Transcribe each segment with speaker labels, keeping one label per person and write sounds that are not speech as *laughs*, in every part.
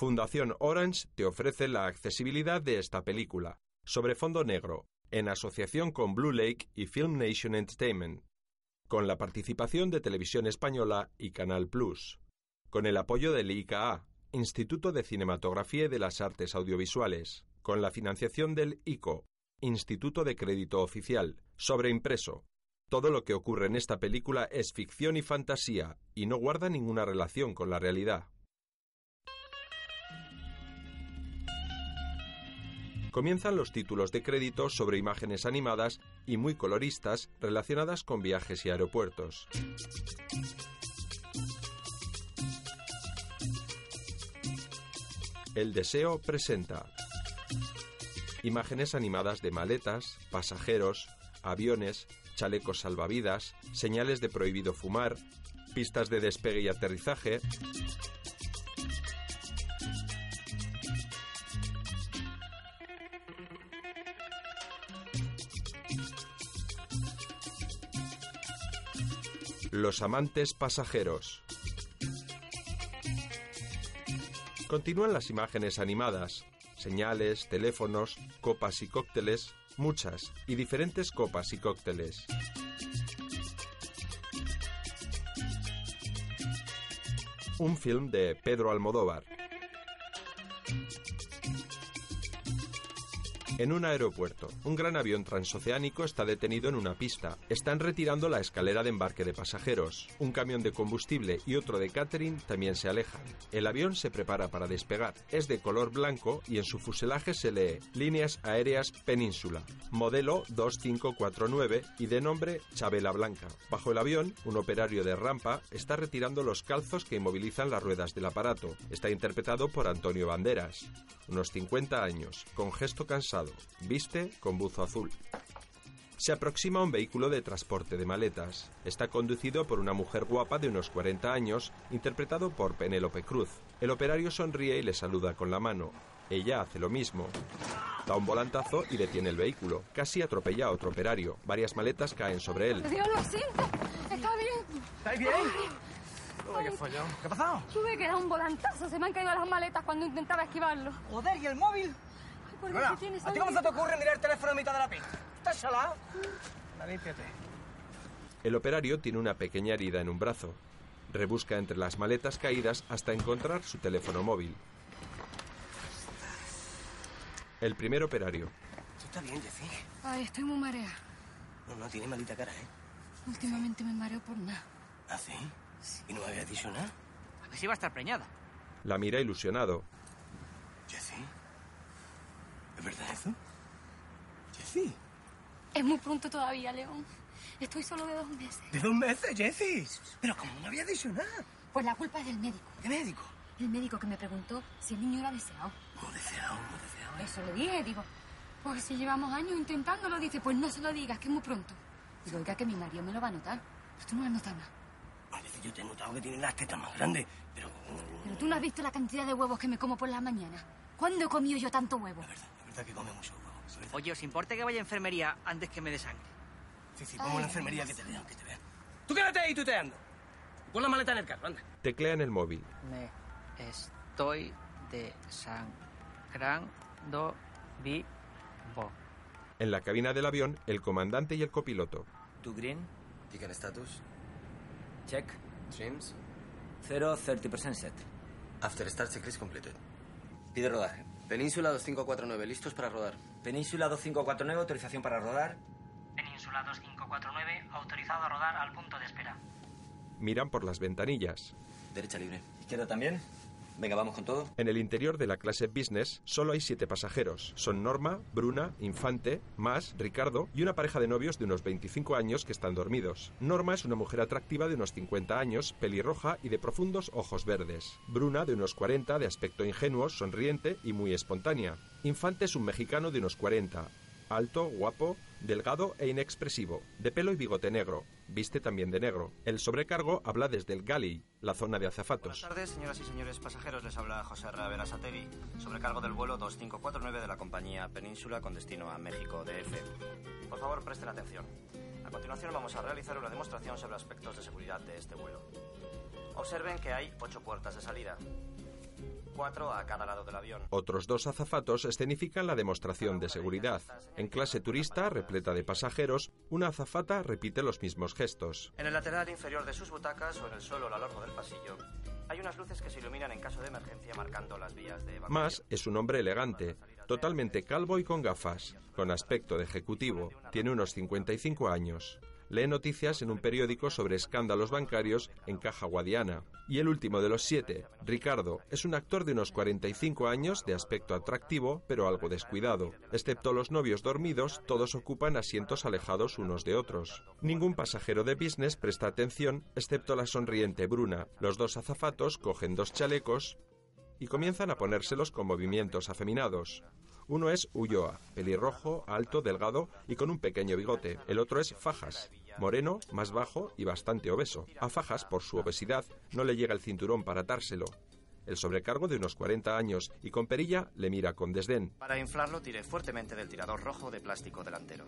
Speaker 1: Fundación Orange te ofrece la accesibilidad de esta película, sobre fondo negro, en asociación con Blue Lake y Film Nation Entertainment, con la participación de Televisión Española y Canal Plus, con el apoyo del ICA, Instituto de Cinematografía y de las Artes Audiovisuales, con la financiación del ICO, Instituto de Crédito Oficial, sobreimpreso. Todo lo que ocurre en esta película es ficción y fantasía, y no guarda ninguna relación con la realidad. Comienzan los títulos de crédito sobre imágenes animadas y muy coloristas relacionadas con viajes y aeropuertos. El Deseo presenta imágenes animadas de maletas, pasajeros, aviones, chalecos salvavidas, señales de prohibido fumar, pistas de despegue y aterrizaje. Los amantes pasajeros. Continúan las imágenes animadas, señales, teléfonos, copas y cócteles, muchas y diferentes copas y cócteles. Un film de Pedro Almodóvar. En un aeropuerto, un gran avión transoceánico está detenido en una pista. Están retirando la escalera de embarque de pasajeros. Un camión de combustible y otro de catering también se alejan. El avión se prepara para despegar. Es de color blanco y en su fuselaje se lee Líneas Aéreas Península, modelo 2549 y de nombre Chabela Blanca. Bajo el avión, un operario de rampa está retirando los calzos que inmovilizan las ruedas del aparato. Está interpretado por Antonio Banderas. Unos 50 años, con gesto cansado Viste con buzo azul. Se aproxima un vehículo de transporte de maletas. Está conducido por una mujer guapa de unos 40 años, interpretado por Penélope Cruz. El operario sonríe y le saluda con la mano. Ella hace lo mismo. Da un volantazo y detiene el vehículo. Casi atropella a otro operario. Varias maletas caen sobre él.
Speaker 2: Dios, Pues lo siento. Está bien.
Speaker 3: ¿Estáis bien? Uy, qué follón. ¿Qué ha pasado?
Speaker 2: Tuve que dar un volantazo. Se me han caído las maletas cuando intentaba esquivarlo.
Speaker 3: Joder, ¿y el móvil?
Speaker 2: Ay, ¿por qué
Speaker 3: Lola,
Speaker 2: tienes
Speaker 3: ¿a ti
Speaker 2: ahí?
Speaker 3: cómo se te ocurre mirar el teléfono en mitad de la pista? ¿Estás salado? Anda, límpiate.
Speaker 1: El operario tiene una pequeña herida en un brazo. Rebusca entre las maletas caídas hasta encontrar su teléfono móvil. El primer operario.
Speaker 3: Tú estás bien, Jeffy.
Speaker 2: Ay, estoy muy marea.
Speaker 3: No, no, tiene malita cara, ¿eh?
Speaker 2: Últimamente me mareo por nada.
Speaker 3: ¿Ah, sí? ¿Y no me habías dicho nada?
Speaker 4: A ver si va a estar preñada.
Speaker 1: La mira ilusionado.
Speaker 3: Jeffy. ¿Es verdad eso? Jeffy.
Speaker 2: Es muy pronto todavía, León. Estoy solo de dos meses.
Speaker 3: ¿De dos meses, Jeffy? Pero como no habías dicho nada.
Speaker 2: Pues la culpa es del médico.
Speaker 3: ¿Qué médico?
Speaker 2: El médico que me preguntó si el niño era deseado.
Speaker 3: No deseado, no deseado. eh.
Speaker 2: Eso le dije, digo. Pues si llevamos años intentándolo, dice, pues no se lo digas, que es muy pronto. Digo, oiga, que mi marido me lo va a notar. Pero tú no has notado nada.
Speaker 3: A veces yo te he notado que tiene las tetas más grandes, pero...
Speaker 2: Pero tú no has visto la cantidad de huevos que me como por la mañana. ¿Cuándo he comido yo tanto huevo?
Speaker 3: La verdad, la verdad que come mucho huevo. es verdad.
Speaker 4: Oye, ¿os importa que vaya a enfermería antes que me dé sangre?
Speaker 3: Sí, sí, vamos a la enfermería que te vean, que te vean. Tú quédate ahí tuteando. Pon la maleta en el carro, anda.
Speaker 1: Teclea en el móvil.
Speaker 4: Me estoy desangrando vivo.
Speaker 1: En la cabina del avión, el comandante y el copiloto.
Speaker 5: To green,
Speaker 6: Beacon status,
Speaker 5: check,
Speaker 6: trims,
Speaker 5: 030% set.
Speaker 6: after start checklist completed. Pide rodaje. Península 2549, listos para rodar.
Speaker 5: Península 2549, autorización para rodar.
Speaker 4: Península 2549, autorizado a rodar al punto de espera.
Speaker 1: Miran por las ventanillas.
Speaker 6: Derecha libre.
Speaker 5: Izquierda también.
Speaker 6: Venga, vamos con todo.
Speaker 1: En el interior de la clase business solo hay siete pasajeros. Son Norma, Bruna, Infante, Más, Ricardo y una pareja de novios de unos 25 años que están dormidos. Norma es una mujer atractiva de unos 50 años, pelirroja y de profundos ojos verdes. Bruna de unos 40, de aspecto ingenuo, sonriente y muy espontánea. Infante es un mexicano de unos 40. Alto, guapo, delgado e inexpresivo, de pelo y bigote negro. Viste también de negro. El sobrecargo habla desde el galley, la zona de
Speaker 7: Buenas
Speaker 1: azafatos.
Speaker 7: tardes, señoras y señores pasajeros. Les habla José Ravera Sateri, sobrecargo del vuelo 2549 de la compañía Península con destino a México DF. Por favor, presten atención. A continuación vamos a realizar una demostración sobre aspectos de seguridad de este vuelo. Observen que hay ocho puertas de salida.
Speaker 8: cuatro a cada lado del avión.
Speaker 1: Otros dos azafatos escenifican la demostración de seguridad. En clase turista, repleta de pasajeros, una azafata repite los mismos gestos.
Speaker 8: En el lateral inferior de sus butacas o en el suelo a lo largo del pasillo hay unas luces que se iluminan en caso de emergencia marcando las vías de evacuación.
Speaker 1: Más es un hombre elegante, totalmente calvo y con gafas, con aspecto de ejecutivo, tiene unos 55 años. Lee noticias en un periódico sobre escándalos bancarios en Caja Guadiana. Y el último de los siete, Ricardo, es un actor de unos 45 años, de aspecto atractivo, pero algo descuidado. Excepto los novios dormidos, todos ocupan asientos alejados unos de otros. Ningún pasajero de business presta atención, excepto la sonriente Bruna. Los dos azafatos cogen dos chalecos, y comienzan a ponérselos con movimientos afeminados. Uno es Ulloa, pelirrojo, alto, delgado y con un pequeño bigote. El otro es Fajas, moreno, más bajo y bastante obeso. A Fajas, por su obesidad, no le llega el cinturón para atárselo. El sobrecargo de unos 40 años y con perilla le mira con desdén.
Speaker 8: Para inflarlo tiré fuertemente del tirador rojo de plástico delantero.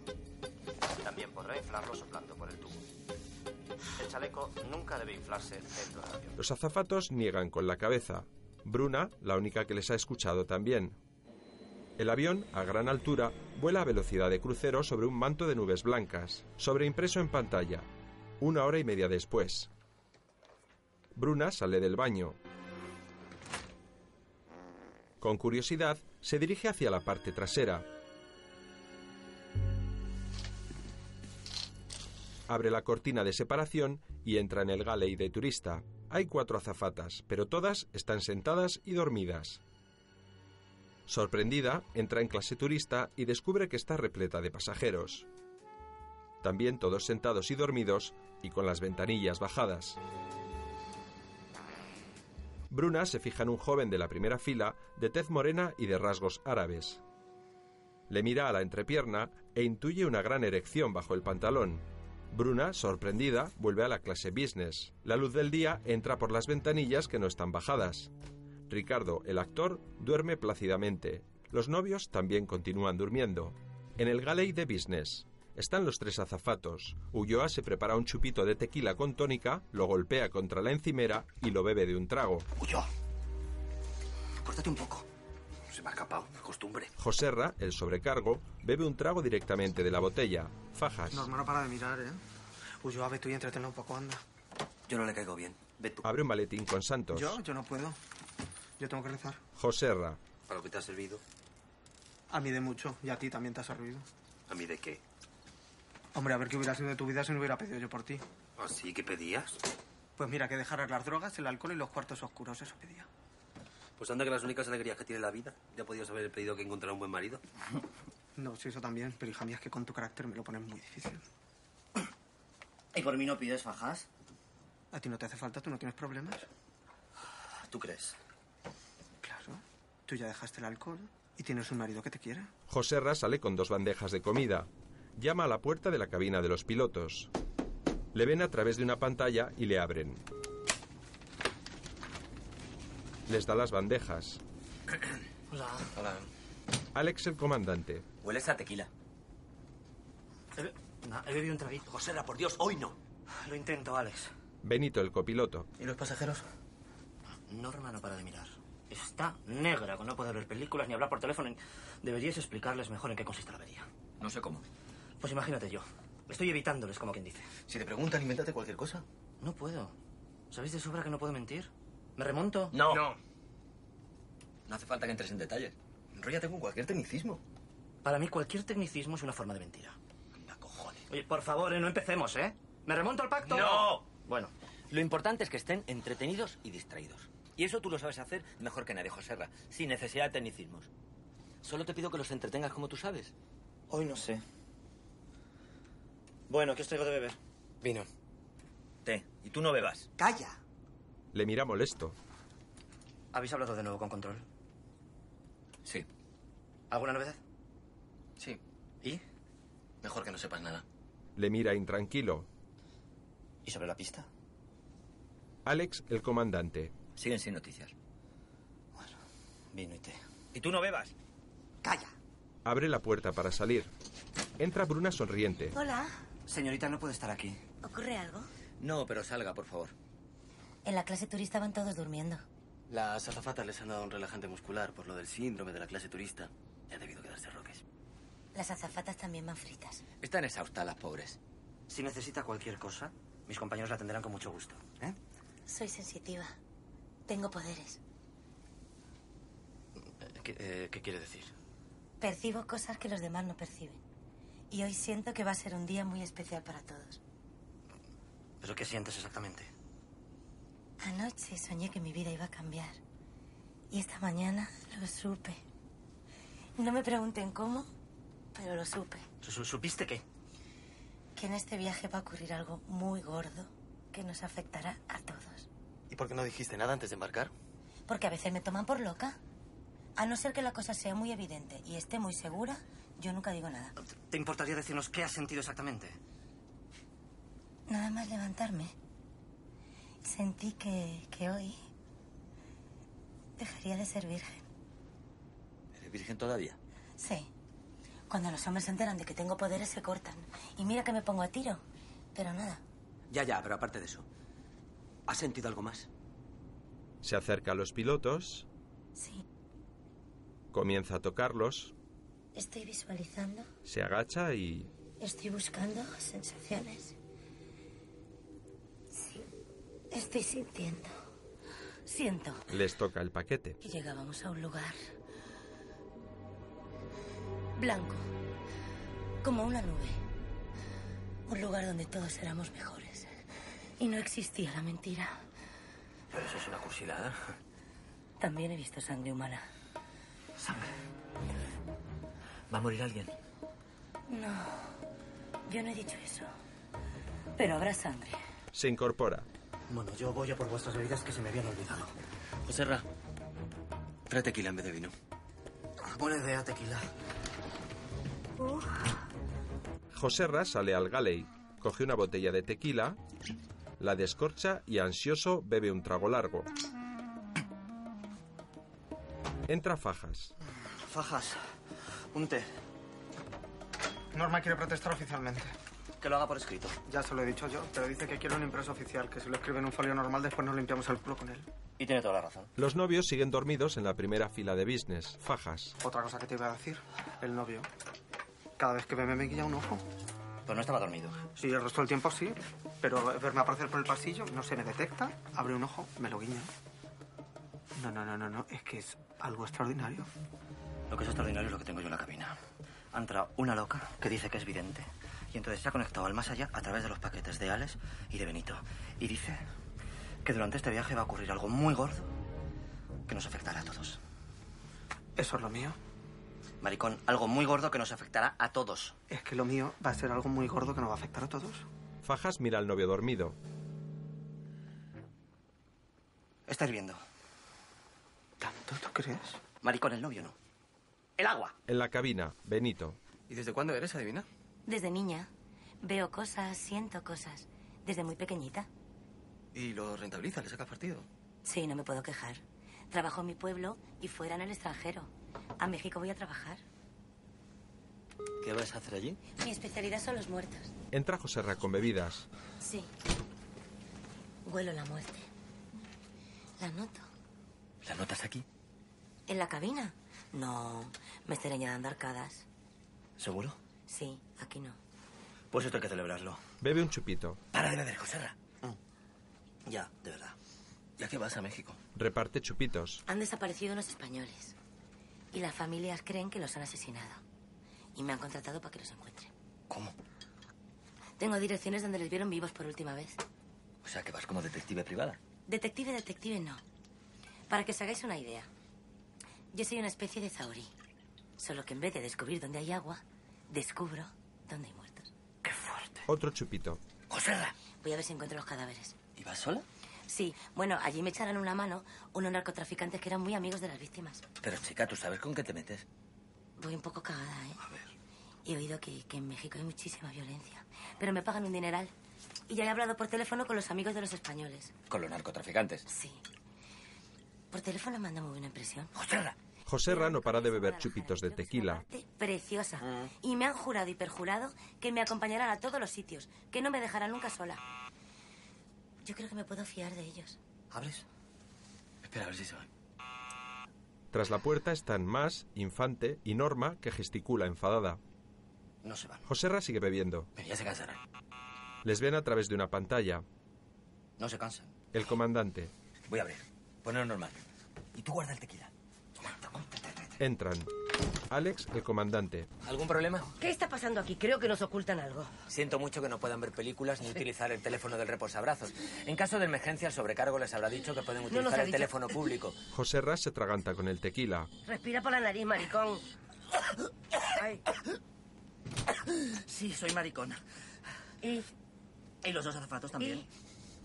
Speaker 8: También podré inflarlo soplando por el tubo. El chaleco nunca debe inflarse dentro del avión.
Speaker 1: Los azafatos niegan con la cabeza. Bruna, la única que les ha escuchado también. El avión, a gran altura, vuela a velocidad de crucero sobre un manto de nubes blancas, sobreimpreso en pantalla. Una hora y media después. Bruna sale del baño. Con curiosidad, se dirige hacia la parte trasera. Abre la cortina de separación y entra en el galley de turista. Hay cuatro azafatas, pero todas están sentadas y dormidas. Sorprendida, entra en clase turista y descubre que está repleta de pasajeros. También todos sentados y dormidos y con las ventanillas bajadas. Bruna se fija en un joven de la primera fila, de tez morena y de rasgos árabes. Le mira a la entrepierna e intuye una gran erección bajo el pantalón. Bruna, sorprendida, vuelve a la clase business. La luz del día entra por las ventanillas que no están bajadas. Ricardo, el actor, duerme plácidamente. Los novios también continúan durmiendo. En el galley de business están los tres azafatos. Ulloa se prepara un chupito de tequila con tónica, lo golpea contra la encimera y lo bebe de un trago.
Speaker 7: ¡Ulloa! Córtate un poco. Se me ha escapado, por costumbre.
Speaker 1: Joserra, el sobrecargo, bebe un trago directamente de la botella. Fajas.
Speaker 3: No, hermano, para de mirar, ¿eh? Uy, ave, tú y entretén un poco, anda.
Speaker 7: Yo no le caigo bien. Ve tú.
Speaker 1: Abre un maletín con Santos.
Speaker 3: Yo, yo no puedo. Yo tengo que rezar.
Speaker 1: Joserra.
Speaker 7: Para lo que te ha servido.
Speaker 3: A mí de mucho, y a ti también te ha servido.
Speaker 7: ¿A mí de qué?
Speaker 3: Hombre, a ver qué hubiera sido de tu vida si no hubiera pedido yo por ti.
Speaker 7: ¿Así que ¿Ah, pedías?
Speaker 3: Pues mira, que dejaras las drogas, el alcohol y los cuartos oscuros, eso pedía.
Speaker 7: Pues anda que las únicas alegrías que tiene la vida. Ya podías haber pedido que encontrara un buen marido.
Speaker 3: No, sí, eso también, pero hija mía, es que con tu carácter me lo pones muy difícil.
Speaker 8: ¿Y por mí no pides fajas?
Speaker 3: ¿A ti no te hace falta? ¿Tú no tienes problemas?
Speaker 7: Ah,
Speaker 8: ¿Tú crees?
Speaker 3: Claro. Tú ya dejaste el alcohol y tienes un marido que te quiere.
Speaker 1: Joserra sale con dos bandejas de comida. Llama a la puerta de la cabina de los pilotos. Le ven a través de una pantalla y le abren. Les da las bandejas.
Speaker 7: Hola.
Speaker 1: Alex el comandante.
Speaker 7: Hueles a tequila.
Speaker 9: he bebido un traguito.
Speaker 7: Josera, por Dios, hoy no.
Speaker 9: Lo intento, Alex.
Speaker 1: Benito el copiloto.
Speaker 9: ¿Y los pasajeros?
Speaker 8: Norma no para de mirar. Está negra con no poder ver películas ni hablar por teléfono. Deberías explicarles mejor en qué consiste la avería.
Speaker 7: No sé cómo.
Speaker 8: Pues imagínate yo. Estoy evitándoles, como quien dice.
Speaker 7: Si te preguntan, invéntate cualquier cosa.
Speaker 8: No puedo. ¿Sabéis de sobra que no puedo mentir? ¿Me remonto?
Speaker 7: No. No. No hace falta que entres en detalles. Enróllate con cualquier tecnicismo.
Speaker 8: Para mí cualquier tecnicismo es una forma de mentira.
Speaker 7: Anda, cojones.
Speaker 8: Oye, por favor, eh, no empecemos, ¿eh? ¿Me remonto al pacto?
Speaker 7: ¡No!
Speaker 8: Bueno,
Speaker 5: Lo importante es que estén entretenidos y distraídos. Y eso tú lo sabes hacer mejor que nadie, Joserra, sin necesidad de tecnicismos. Solo te pido que los entretengas como tú sabes.
Speaker 8: hoy no sé. Bueno, ¿qué os traigo de beber?
Speaker 5: Vino. Té. Y tú no bebas.
Speaker 3: ¡Calla!
Speaker 1: Le mira molesto.
Speaker 8: ¿Habéis hablado de nuevo con control?
Speaker 7: Sí,
Speaker 8: ¿Alguna novedad?
Speaker 7: sí.
Speaker 8: ¿Y?
Speaker 7: Mejor que no sepas nada.
Speaker 1: Le mira intranquilo.
Speaker 8: ¿Y sobre la pista?
Speaker 1: Alex el comandante.
Speaker 5: Siguen sin noticias.
Speaker 8: Vino y té.
Speaker 5: Y tú no bebas.
Speaker 3: ¡Calla!
Speaker 1: Abre la puerta para salir. Entra Bruna sonriente.
Speaker 10: Hola,
Speaker 8: Señorita, no puede estar aquí.
Speaker 10: ¿ocurre algo?
Speaker 5: No, pero salga, por favor.
Speaker 10: En la clase turista van todos durmiendo.
Speaker 7: Las azafatas les han dado un relajante muscular por lo del síndrome de la clase turista. Ya han debido quedarse roques.
Speaker 10: Las azafatas también van fritas.
Speaker 7: Están exhaustas las pobres.
Speaker 8: Si necesita cualquier cosa, mis compañeros la atenderán con mucho gusto. ¿eh?
Speaker 10: Soy sensitiva. Tengo poderes.
Speaker 7: ¿Qué, eh, qué quiere decir?
Speaker 10: Percibo cosas que los demás no perciben. Y hoy siento que va a ser un día muy especial para todos.
Speaker 7: ¿Pero qué sientes exactamente?
Speaker 10: Anoche soñé que mi vida iba a cambiar. Y esta mañana lo supe. No me pregunten cómo, pero lo supe.
Speaker 7: ¿Su- ¿Supiste qué?
Speaker 10: Que en este viaje va a ocurrir algo muy gordo que nos afectará a todos.
Speaker 7: ¿Y por qué no dijiste nada antes de embarcar?
Speaker 10: Porque a veces me toman por loca. A no ser que la cosa sea muy evidente y esté muy segura, yo nunca digo nada.
Speaker 8: ¿Te importaría decirnos qué has sentido exactamente?
Speaker 10: Nada más levantarme, sentí que, que hoy dejaría de ser virgen.
Speaker 5: ¿Eres virgen todavía?
Speaker 10: Sí. Cuando los hombres se enteran de que tengo poderes, se cortan. Y mira que me pongo a tiro. Pero nada.
Speaker 5: Ya, ya, pero aparte de eso. ¿Has sentido algo más?
Speaker 1: Se acerca a los pilotos,
Speaker 10: Sí.
Speaker 1: comienza a tocarlos,
Speaker 10: Estoy visualizando,
Speaker 1: se agacha y
Speaker 10: estoy buscando sensaciones. Sí. Estoy sintiendo. Siento
Speaker 1: les toca el paquete.
Speaker 10: que llegábamos a un lugar blanco, como una nube. Un lugar donde todos éramos mejores. Y no existía la mentira.
Speaker 7: Pero eso es una cursilada.
Speaker 10: También he visto sangre humana.
Speaker 5: ¿Va a morir alguien?
Speaker 10: No, yo no he dicho eso. Pero habrá sangre.
Speaker 1: Se incorpora.
Speaker 8: Bueno, yo voy a por vuestras bebidas que se me habían olvidado.
Speaker 7: Joserra, trae tequila en vez de vino.
Speaker 8: Buena idea, tequila.
Speaker 1: Joserra sale al galley, coge una botella de tequila, la descorcha y ansioso bebe un trago largo. Entra Fajas.
Speaker 8: Fajas, un té.
Speaker 3: Norma quiere protestar oficialmente.
Speaker 8: Que lo haga por escrito.
Speaker 3: Ya se lo he dicho yo, pero dice que quiere un impreso oficial, que si lo escribe en un folio normal después nos limpiamos el culo con él.
Speaker 8: Y tiene toda la razón.
Speaker 1: Los novios siguen dormidos en la primera fila de business. Fajas.
Speaker 3: Otra cosa que te iba a decir, el novio. Cada vez que me, me guía un ojo.
Speaker 8: Pues no estaba dormido.
Speaker 3: Sí, el resto del tiempo sí, pero verme aparecer por el pasillo, no se me detecta, abre un ojo, me lo guiña. No, no, no, no, no, es que es algo extraordinario.
Speaker 8: Lo que es extraordinario es lo que tengo yo en la cabina. Ha entrado una loca que dice que es vidente. Y entonces se ha conectado al más allá a través de los paquetes de Alex y de Benito. Y dice que durante este viaje va a ocurrir algo muy gordo que nos afectará a todos.
Speaker 3: Eso es lo mío.
Speaker 8: Maricón, algo muy gordo que nos afectará a todos.
Speaker 3: Es que lo mío va a ser algo muy gordo que nos va a afectar a todos.
Speaker 1: Fajas mira al novio dormido.
Speaker 8: Está hirviendo.
Speaker 3: ¿Tanto tú crees?
Speaker 8: Maricón, el novio no. El agua.
Speaker 1: En la cabina, Benito.
Speaker 7: ¿Y desde cuándo eres, adivina?
Speaker 10: Desde niña veo cosas, siento cosas. Desde muy pequeñita.
Speaker 7: Y lo rentabiliza, le sacas partido.
Speaker 10: Sí, no me puedo quejar. Trabajo en mi pueblo y fuera en el extranjero. A México voy a trabajar.
Speaker 5: ¿Qué vas a hacer allí?
Speaker 10: Mi especialidad son los muertos.
Speaker 1: Entra Joserra con bebidas.
Speaker 10: Sí. Huelo la muerte. La noto.
Speaker 5: ¿La notas aquí?
Speaker 10: ¿En la cabina? No, me estaré dando arcadas.
Speaker 5: ¿Seguro?
Speaker 10: Sí, aquí no.
Speaker 8: Pues esto hay que celebrarlo.
Speaker 1: Bebe un chupito.
Speaker 5: Para de beber, Joserra.
Speaker 7: Mm.
Speaker 8: Ya, de verdad.
Speaker 7: ¿Ya que vas a México?
Speaker 1: Reparte chupitos.
Speaker 10: Han desaparecido unos españoles. Y las familias creen que los han asesinado. Y me han contratado para que los encuentre.
Speaker 7: ¿Cómo?
Speaker 10: Tengo direcciones donde les vieron vivos por última vez.
Speaker 5: O sea, que vas como detective privada.
Speaker 10: Detective, detective, no. Para que os hagáis una idea, yo soy una especie de Zaori. Solo que en vez de descubrir dónde hay agua, descubro dónde hay muertos.
Speaker 1: Otro chupito.
Speaker 5: ¡Joserra!
Speaker 10: Voy a ver si encuentro los cadáveres.
Speaker 5: ¿Y vas sola?
Speaker 10: Sí, bueno, allí me echaron una mano unos narcotraficantes que eran muy amigos de las víctimas.
Speaker 5: Pero chica, ¿tú sabes con qué te metes?
Speaker 10: Voy un poco cagada, ¿eh? A ver. He oído que, que en México hay muchísima violencia. Pero me pagan un dineral. Y ya he hablado por teléfono con los amigos de los españoles.
Speaker 5: Con los narcotraficantes.
Speaker 10: Sí. Por teléfono me han dado muy buena impresión.
Speaker 5: ¡Joserra!
Speaker 1: Joserra no para de beber chupitos de
Speaker 10: Creo que es
Speaker 1: tequila.
Speaker 10: una parte Eh, Preciosa.
Speaker 5: Mm.
Speaker 10: Y me han jurado y perjurado que me acompañarán a todos los sitios, que no me dejarán nunca sola. Yo creo que me puedo fiar de ellos.
Speaker 8: ¿Abres?
Speaker 10: Espera, a ver si se van.
Speaker 1: Tras la puerta están Más, Infante y Norma, que gesticula enfadada.
Speaker 10: No se van.
Speaker 1: Joserra sigue bebiendo.
Speaker 10: Ya se cansarán.
Speaker 1: Les ven a través de una pantalla.
Speaker 10: No se cansan.
Speaker 1: El comandante.
Speaker 2: Voy a abrir. Poner normal. Y tú guarda el tequila.
Speaker 1: Entran. Alex, el comandante.
Speaker 2: ¿Algún problema?
Speaker 11: ¿Qué está pasando aquí? Creo que nos ocultan algo.
Speaker 2: Siento mucho que no puedan ver películas ni utilizar el teléfono del reposabrazos. En caso de emergencia, el sobrecargo les habrá dicho que pueden
Speaker 11: nos
Speaker 2: utilizar
Speaker 11: ha
Speaker 2: el
Speaker 11: dicho.
Speaker 2: teléfono público.
Speaker 1: Joserra se traganta con el tequila.
Speaker 11: Respira por la nariz, maricón. Ay.
Speaker 7: Sí, soy maricón.
Speaker 11: ¿Y?
Speaker 7: ¿Y los dos azafatos también?
Speaker 11: ¿Y?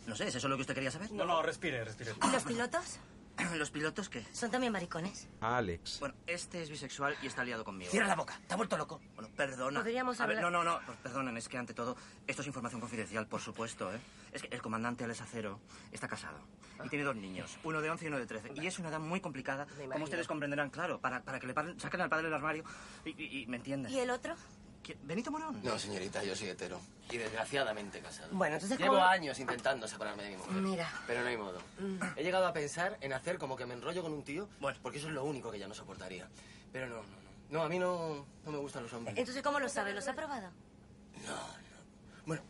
Speaker 7: No sé, ¿es eso lo que usted quería saber? No, no, respire, respire.
Speaker 11: ¿Y los pilotos?
Speaker 7: *clears throat* ¿Los pilotos qué?
Speaker 11: ¿Son también maricones?
Speaker 1: A Alex.
Speaker 7: Bueno, este es bisexual y está liado conmigo.
Speaker 2: Cierra la boca, te ha vuelto loco.
Speaker 7: Bueno, perdona.
Speaker 11: Podríamos
Speaker 7: A ver,
Speaker 11: hablar-
Speaker 7: no, no, no, pues, perdonen, es que ante todo, esto es información confidencial, por supuesto, ¿eh? Es que el comandante Alex Acero está casado y tiene dos niños, uno de 11 y uno de 13. Y es una edad muy complicada, como
Speaker 11: imagino.
Speaker 7: ustedes comprenderán, claro, para, para que le paren- saquen al padre del armario y, y- y- ¿me entienden?
Speaker 11: ¿Y el otro?
Speaker 7: ¿Qui- ¿Benito Morón?
Speaker 10: No, señorita, yo soy hetero. Y desgraciadamente casado.
Speaker 11: Bueno, entonces,
Speaker 10: Llevo
Speaker 11: ¿cómo?
Speaker 10: años intentando separarme de mi mujer.
Speaker 11: Mira.
Speaker 10: Pero no hay modo.
Speaker 12: Mm.
Speaker 10: He llegado a pensar en hacer como que me enrollo con un tío,
Speaker 7: Bueno.
Speaker 10: porque eso es lo único que ya no soportaría. Pero no, no, no. No, a mí no, no me gustan los hombres.
Speaker 11: Entonces, ¿cómo lo sabe? ¿Los ha probado?
Speaker 10: Bueno,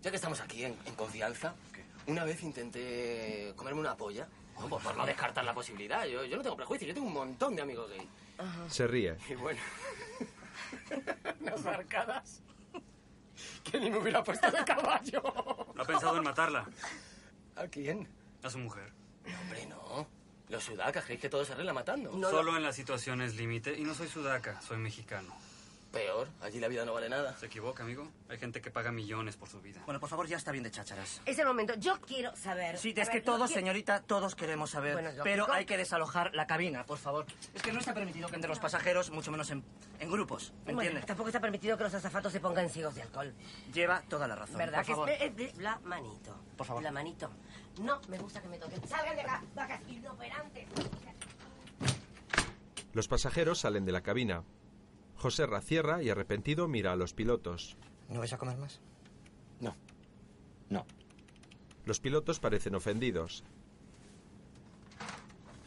Speaker 10: ya que estamos aquí en, en confianza, una vez intenté comerme una polla. No, por, por no descartar la posibilidad. Yo, yo no tengo prejuicios, yo tengo un montón de amigos gay.
Speaker 1: Se ríe.
Speaker 10: Y bueno, *laughs* unas marcadas que ni me hubiera puesto de caballo.
Speaker 13: ¿No ha pensado en matarla?
Speaker 10: ¿A quién?
Speaker 13: A su mujer.
Speaker 10: Hombre, no. Los sudacas, creéis que todo se arregla matando.
Speaker 13: Solo en las situaciones límite. Y no soy sudaca, soy mexicano.
Speaker 10: Peor, allí la vida no vale nada.
Speaker 13: Se equivoca, amigo. Hay gente que paga millones por su vida.
Speaker 7: Bueno, por favor, ya está bien de chácharas.
Speaker 11: Es el momento. Yo quiero saber.
Speaker 7: Sí, es
Speaker 11: A
Speaker 7: que
Speaker 11: ver, yo
Speaker 7: todos,
Speaker 11: quiero-
Speaker 7: señorita, todos queremos saber.
Speaker 11: Bueno, es lógico.
Speaker 7: pero hay que desalojar la cabina, por favor. Es que no está permitido que entre los pasajeros, mucho menos en, en grupos. ¿Me
Speaker 11: Bueno,
Speaker 7: entiendes?
Speaker 11: tampoco está permitido que los azafatos se pongan ciegos de alcohol.
Speaker 7: Lleva toda la razón.
Speaker 11: ¿Verdad
Speaker 7: Por
Speaker 11: que es-
Speaker 7: favor.
Speaker 11: eh, eh, La manito.
Speaker 7: Por favor.
Speaker 11: La manito. No me gusta que me toquen. Salgan de acá, vacas inoperantes.
Speaker 1: Los pasajeros salen de la cabina. Joserra cierra y arrepentido mira a los pilotos.
Speaker 7: ¿No vais a comer más?
Speaker 10: No. No.
Speaker 1: Los pilotos parecen ofendidos.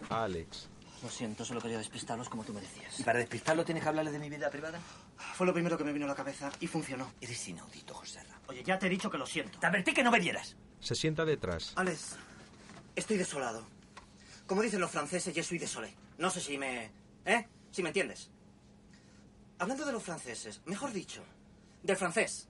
Speaker 1: A Alex.
Speaker 7: Lo siento, solo quería despistarlos como tú me decías.
Speaker 2: ¿Y para despistarlo tienes que hablarles de mi vida privada?
Speaker 7: Fue lo primero que me vino a la cabeza y funcionó.
Speaker 2: Eres inaudito, José Ra.
Speaker 7: Oye, ya te he dicho que lo siento.
Speaker 2: Te advertí que no me dieras.
Speaker 1: Se sienta detrás.
Speaker 7: Alex, estoy desolado. Como dicen los franceses, yo soy desolé. No sé si me... ¿Eh? Si me entiendes. Hablando de los franceses, mejor dicho, del francés.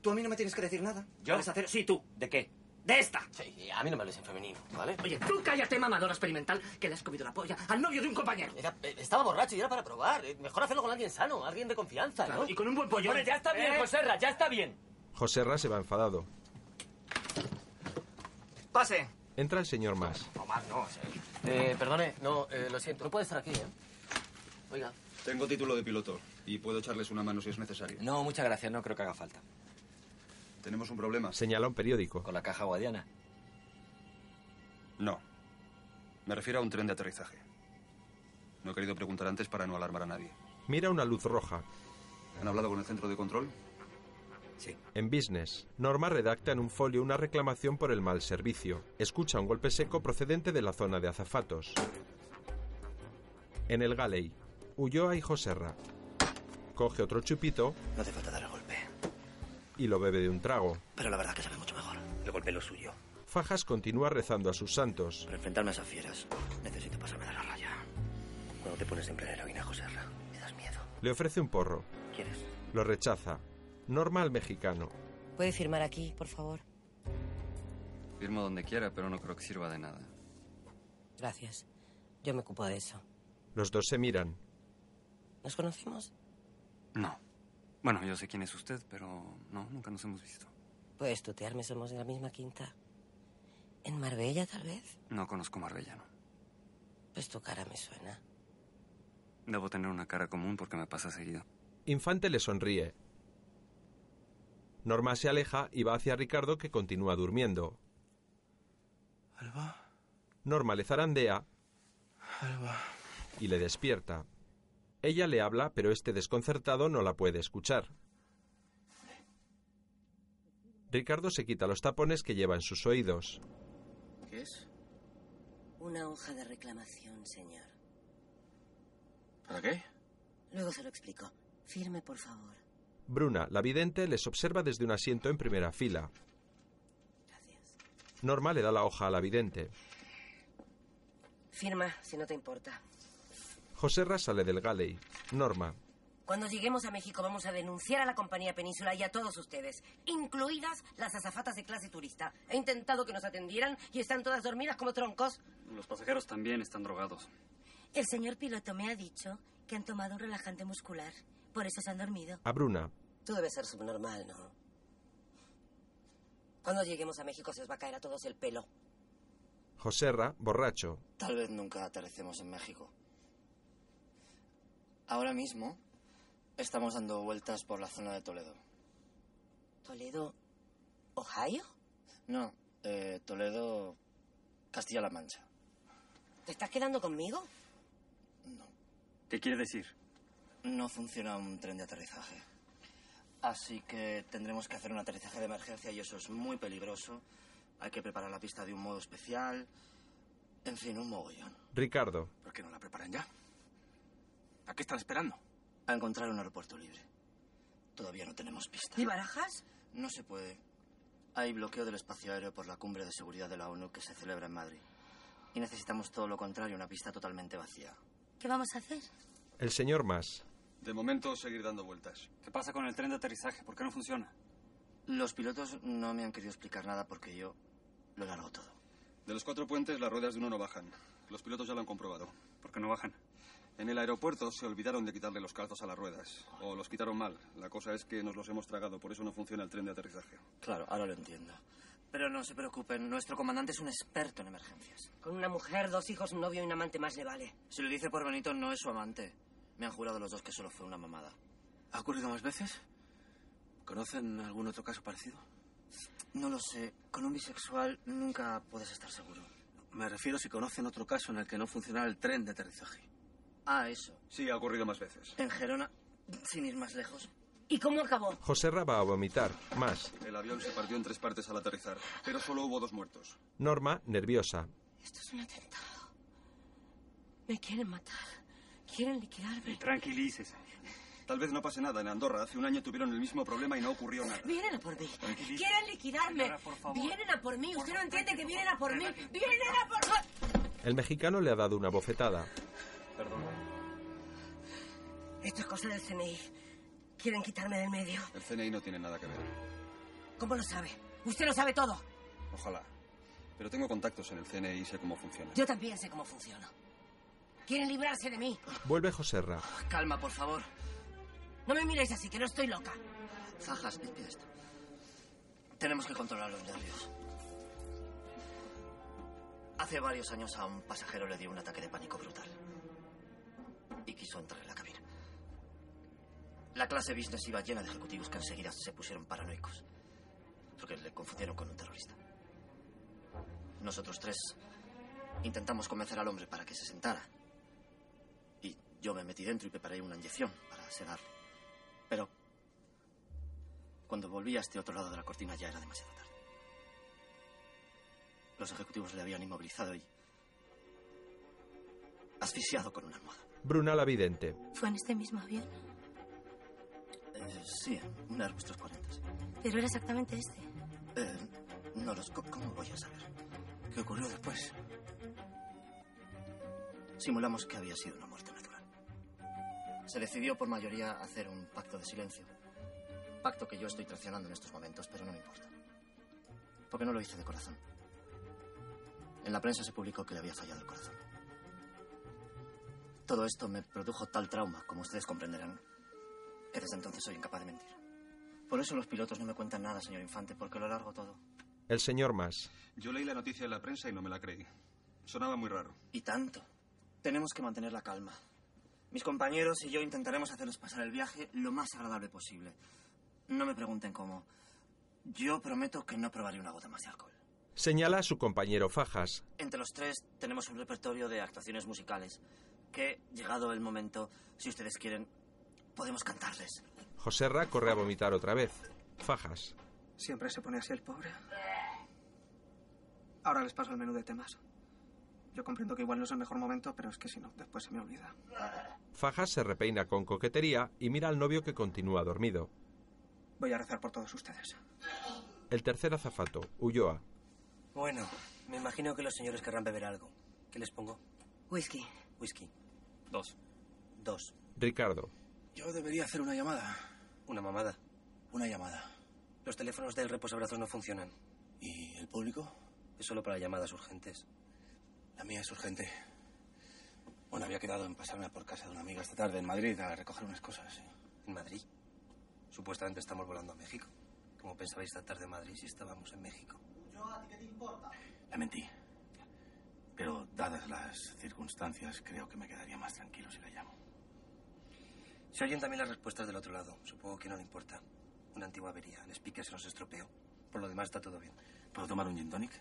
Speaker 7: Tú a mí no me tienes que decir nada.
Speaker 2: ¿Yo?
Speaker 7: Alex Acero- Sí, tú.
Speaker 2: ¿De qué?
Speaker 7: De esta.
Speaker 10: Sí, a mí no me hables en femenino, ¿vale?
Speaker 7: Oye, tú cállate, mamadora experimental, que le has comido la polla al novio de un compañero.
Speaker 10: Era- eh, estaba borracho y era para probar. Eh, Mejor hacerlo con alguien sano, alguien de confianza, ¿no?
Speaker 7: Y con un buen ¿Eh? pollo.
Speaker 2: Hombre, ya está bien, José Ra, ya está bien.
Speaker 1: Joserra se va enfadado.
Speaker 7: Pase.
Speaker 1: Entra el señor Más.
Speaker 10: No más, no. o sea, eh, perdone, no, eh, lo siento. No puede estar aquí, ¿eh? Oiga.
Speaker 14: Tengo título de piloto y puedo echarles una mano si es necesario.
Speaker 2: No, muchas gracias, no creo que haga falta.
Speaker 14: Tenemos un problema.
Speaker 1: Señala un periódico.
Speaker 2: Con la caja guadiana.
Speaker 14: No. Me refiero a un tren de aterrizaje. No he querido preguntar antes para no alarmar a nadie.
Speaker 1: Mira una luz roja.
Speaker 14: ¿Han hablado con el centro de control?
Speaker 1: En business, Norma redacta en un folio una reclamación por el mal servicio. Escucha un golpe seco procedente de la zona de azafatos. En el Galley, Ulloa y Joserra. Coge otro chupito
Speaker 7: No hace falta dar el golpe,
Speaker 1: y lo bebe de un trago.
Speaker 7: pero la verdad que sabe mucho mejor. El golpe es lo suyo.
Speaker 1: Fajas continúa rezando a sus santos.
Speaker 7: Para enfrentarme a esas fieras, necesito pasarme de la raya. Cuando te pones en plena heroína, José Ra, me das miedo.
Speaker 1: Le ofrece un porro.
Speaker 7: ¿Quieres?
Speaker 1: Lo rechaza. Norma al mexicano.
Speaker 11: ¿Puede firmar aquí, por favor?
Speaker 14: Firmo donde quiera, pero no creo que sirva de nada.
Speaker 11: Gracias. Yo me ocupo de eso.
Speaker 1: Los dos se miran.
Speaker 11: ¿Nos conocemos?
Speaker 14: No. Bueno, yo sé quién es usted, pero no, nunca nos hemos visto.
Speaker 11: Puedes tutearme, somos de la misma quinta. ¿En Marbella, tal vez?
Speaker 14: No conozco Marbellano.
Speaker 11: Pues tu cara me suena.
Speaker 14: Debo tener una cara común porque me pasa seguido.
Speaker 1: Infante le sonríe. Norma se aleja y va hacia Ricardo que continúa durmiendo.
Speaker 15: Alba,
Speaker 1: Norma le zarandea
Speaker 15: Alba.
Speaker 1: y le despierta. Ella le habla, pero este desconcertado no la puede escuchar. Ricardo se quita los tapones que lleva en sus oídos.
Speaker 10: ¿Qué es? Una hoja de reclamación, señor.
Speaker 14: ¿Para qué?
Speaker 10: Luego se lo explico. Firme, por favor.
Speaker 1: Bruna, la vidente, les observa desde un asiento en primera fila. Norma le da la hoja a la vidente.
Speaker 10: Firma, si no te importa.
Speaker 1: Joserra sale del galley. Norma.
Speaker 10: Cuando lleguemos a México vamos a denunciar a la compañía Península y a todos ustedes, incluidas las azafatas de clase turista. He intentado que nos atendieran y están todas dormidas como troncos.
Speaker 16: Los pasajeros también están drogados.
Speaker 10: El señor piloto me ha dicho que han tomado un relajante muscular. Por eso se han dormido.
Speaker 1: A Bruna.
Speaker 10: Tú debes ser subnormal, ¿no? Cuando lleguemos a México se os va a caer a todos el pelo.
Speaker 1: Joserra, borracho.
Speaker 7: Tal vez nunca aterricemos en México. Ahora mismo estamos dando vueltas por la zona de Toledo.
Speaker 10: ¿Toledo, Ohio?
Speaker 7: No, eh, Toledo, Castilla-La Mancha.
Speaker 10: ¿Te estás quedando conmigo?
Speaker 16: ¿Qué quiere decir?
Speaker 7: No funciona un tren de aterrizaje. Así que tendremos que hacer un aterrizaje de emergencia y eso es muy peligroso. Hay que preparar la pista de un modo especial. En fin, un mogollón.
Speaker 1: Ricardo.
Speaker 7: ¿Por qué no la preparan ya? ¿A qué están esperando? A encontrar un aeropuerto libre. Todavía no tenemos pista.
Speaker 10: ¿Y barajas?
Speaker 7: No se puede. Hay bloqueo del espacio aéreo por la cumbre de seguridad de la ONU que se celebra en Madrid. Y necesitamos todo lo contrario, una pista totalmente vacía.
Speaker 10: ¿Qué vamos a hacer?
Speaker 1: El señor más.
Speaker 14: De momento, seguir dando vueltas.
Speaker 16: ¿Qué pasa con el tren de aterrizaje? ¿Por qué no funciona?
Speaker 7: Los pilotos no me han querido explicar nada porque yo lo largo todo.
Speaker 14: De los cuatro puentes, las ruedas de uno no bajan. Los pilotos ya lo han comprobado.
Speaker 16: ¿Por qué no bajan?
Speaker 14: En el aeropuerto se olvidaron de quitarle los calzos a las ruedas. O los quitaron mal. La cosa es que nos los hemos tragado, por eso no funciona el tren de aterrizaje.
Speaker 7: Claro, ahora lo entiendo. Pero no se preocupen, nuestro comandante es un experto en emergencias.
Speaker 10: Con una mujer, dos hijos, un novio y un amante más le vale.
Speaker 7: Si lo dice por Benito, no es su amante. Me han jurado los dos que solo fue una mamada. ¿Ha ocurrido más veces? ¿Conocen algún otro caso parecido? No lo sé. Con un bisexual nunca puedes estar seguro.
Speaker 17: Me refiero si conocen otro caso en el que no funcionara el tren de aterrizaje.
Speaker 7: Ah, eso.
Speaker 14: Sí, ha ocurrido más veces.
Speaker 7: En Gerona, sin ir más lejos.
Speaker 10: ¿Y cómo acabó?
Speaker 1: Joserra va a vomitar. Más.
Speaker 14: El avión se partió en tres partes al aterrizar, pero solo hubo dos muertos.
Speaker 1: Norma, nerviosa.
Speaker 10: Esto es un atentado. Me quieren matar. Quieren liquidarme.
Speaker 16: Tranquilícese.
Speaker 14: Tal vez no pase nada. En Andorra hace un año tuvieron el mismo problema y no ocurrió nada.
Speaker 10: Vienen a por mí. Quieren liquidarme. Vienen a por mí. Usted no entiende que vienen a por mí. Vienen a por mí.
Speaker 1: El mexicano le ha dado una bofetada.
Speaker 14: Perdón.
Speaker 10: Esto es cosa del CNI. Quieren quitarme del medio.
Speaker 14: El CNI no tiene nada que ver.
Speaker 10: ¿Cómo lo sabe? Usted lo sabe todo.
Speaker 14: Ojalá. Pero tengo contactos en el CNI y sé cómo funciona.
Speaker 10: Yo también sé cómo funciona. Quieren librarse de mí.
Speaker 1: Vuelve Joserra.
Speaker 7: Calma, por favor.
Speaker 10: No me miréis así, que no estoy loca.
Speaker 7: Zajas, limpia esto. Tenemos que controlar los nervios. Hace varios años a un pasajero le dio un ataque de pánico brutal. Y quiso entrar en la cabina. La clase business iba llena de ejecutivos que enseguida se pusieron paranoicos. Porque le confundieron con un terrorista. Nosotros tres intentamos convencer al hombre para que se sentara. Y yo me metí dentro y preparé una inyección para sedarle. Pero cuando volví a este otro lado de la cortina ya era demasiado tarde. Los ejecutivos le habían inmovilizado y asfixiado con una almohada.
Speaker 1: Bruna la vidente.
Speaker 10: ¿Fue en este mismo avión?
Speaker 7: Eh, sí, un Airbus 340.
Speaker 10: Pero era exactamente este.
Speaker 7: Eh, no los... co- ¿Cómo voy a saber? ¿Qué ocurrió después? Simulamos que había sido una muerte natural. Se decidió por mayoría hacer un pacto de silencio. Pacto que yo estoy traicionando en estos momentos, pero no me importa. Porque no lo hice de corazón. En la prensa se publicó que le había fallado el corazón. Todo esto me produjo tal trauma, como ustedes comprenderán, que desde entonces soy incapaz de mentir. Por eso los pilotos no me cuentan nada, señor Infante, porque lo largo todo.
Speaker 1: El señor más.
Speaker 14: Yo leí la noticia en la prensa y no me la creí. Sonaba muy raro.
Speaker 7: Y tanto. Tenemos que mantener la calma. Mis compañeros y yo intentaremos hacerles pasar el viaje lo más agradable posible. No me pregunten cómo. Yo prometo que no probaré una gota más de alcohol.
Speaker 1: Señala a su compañero Fajas.
Speaker 7: Entre los tres tenemos un repertorio de actuaciones musicales que, llegado el momento, si ustedes quieren, podemos cantarles.
Speaker 1: Joserra corre a vomitar otra vez. Fajas.
Speaker 3: Siempre se pone así el pobre. Ahora les paso el menú de temas. Yo comprendo que igual no es el mejor momento, pero es que si no, después se me olvida.
Speaker 1: Fajas se repeina con coquetería y mira al novio que continúa dormido.
Speaker 3: Voy a rezar por todos ustedes.
Speaker 1: El tercer azafato, Ulloa,
Speaker 18: Bueno, me imagino que los señores querrán beber algo. ¿Qué les pongo?
Speaker 12: Whisky.
Speaker 18: Whisky. Dos. Dos.
Speaker 1: Ricardo,
Speaker 18: Yo debería hacer una llamada. ¿Una mamada? Una llamada. Los teléfonos del reposabrazos no funcionan. ¿Y el público? Es solo para llamadas urgentes.
Speaker 19: La mía es urgente. Bueno, había quedado en pasarme por casa de una amiga esta tarde en Madrid a recoger unas cosas.
Speaker 18: ¿En Madrid? Supuestamente estamos volando a México. ¿Cómo pensabais tratar de Madrid si estábamos en México?
Speaker 19: ¿a ti qué te importa? Le mentí. Pero dadas las circunstancias, creo que me quedaría más tranquilo si la llamo.
Speaker 18: Se oyen también las respuestas del otro lado. Supongo que no le importa. Una antigua avería. El speaker se nos estropeó. Por lo demás está todo bien.
Speaker 19: ¿Puedo tomar un gin tonic?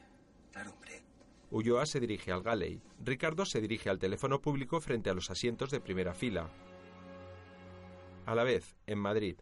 Speaker 18: Claro, hombre.
Speaker 1: Ulloa se dirige al galley. Ricardo se dirige al teléfono público frente a los asientos de primera fila. A la vez, en Madrid,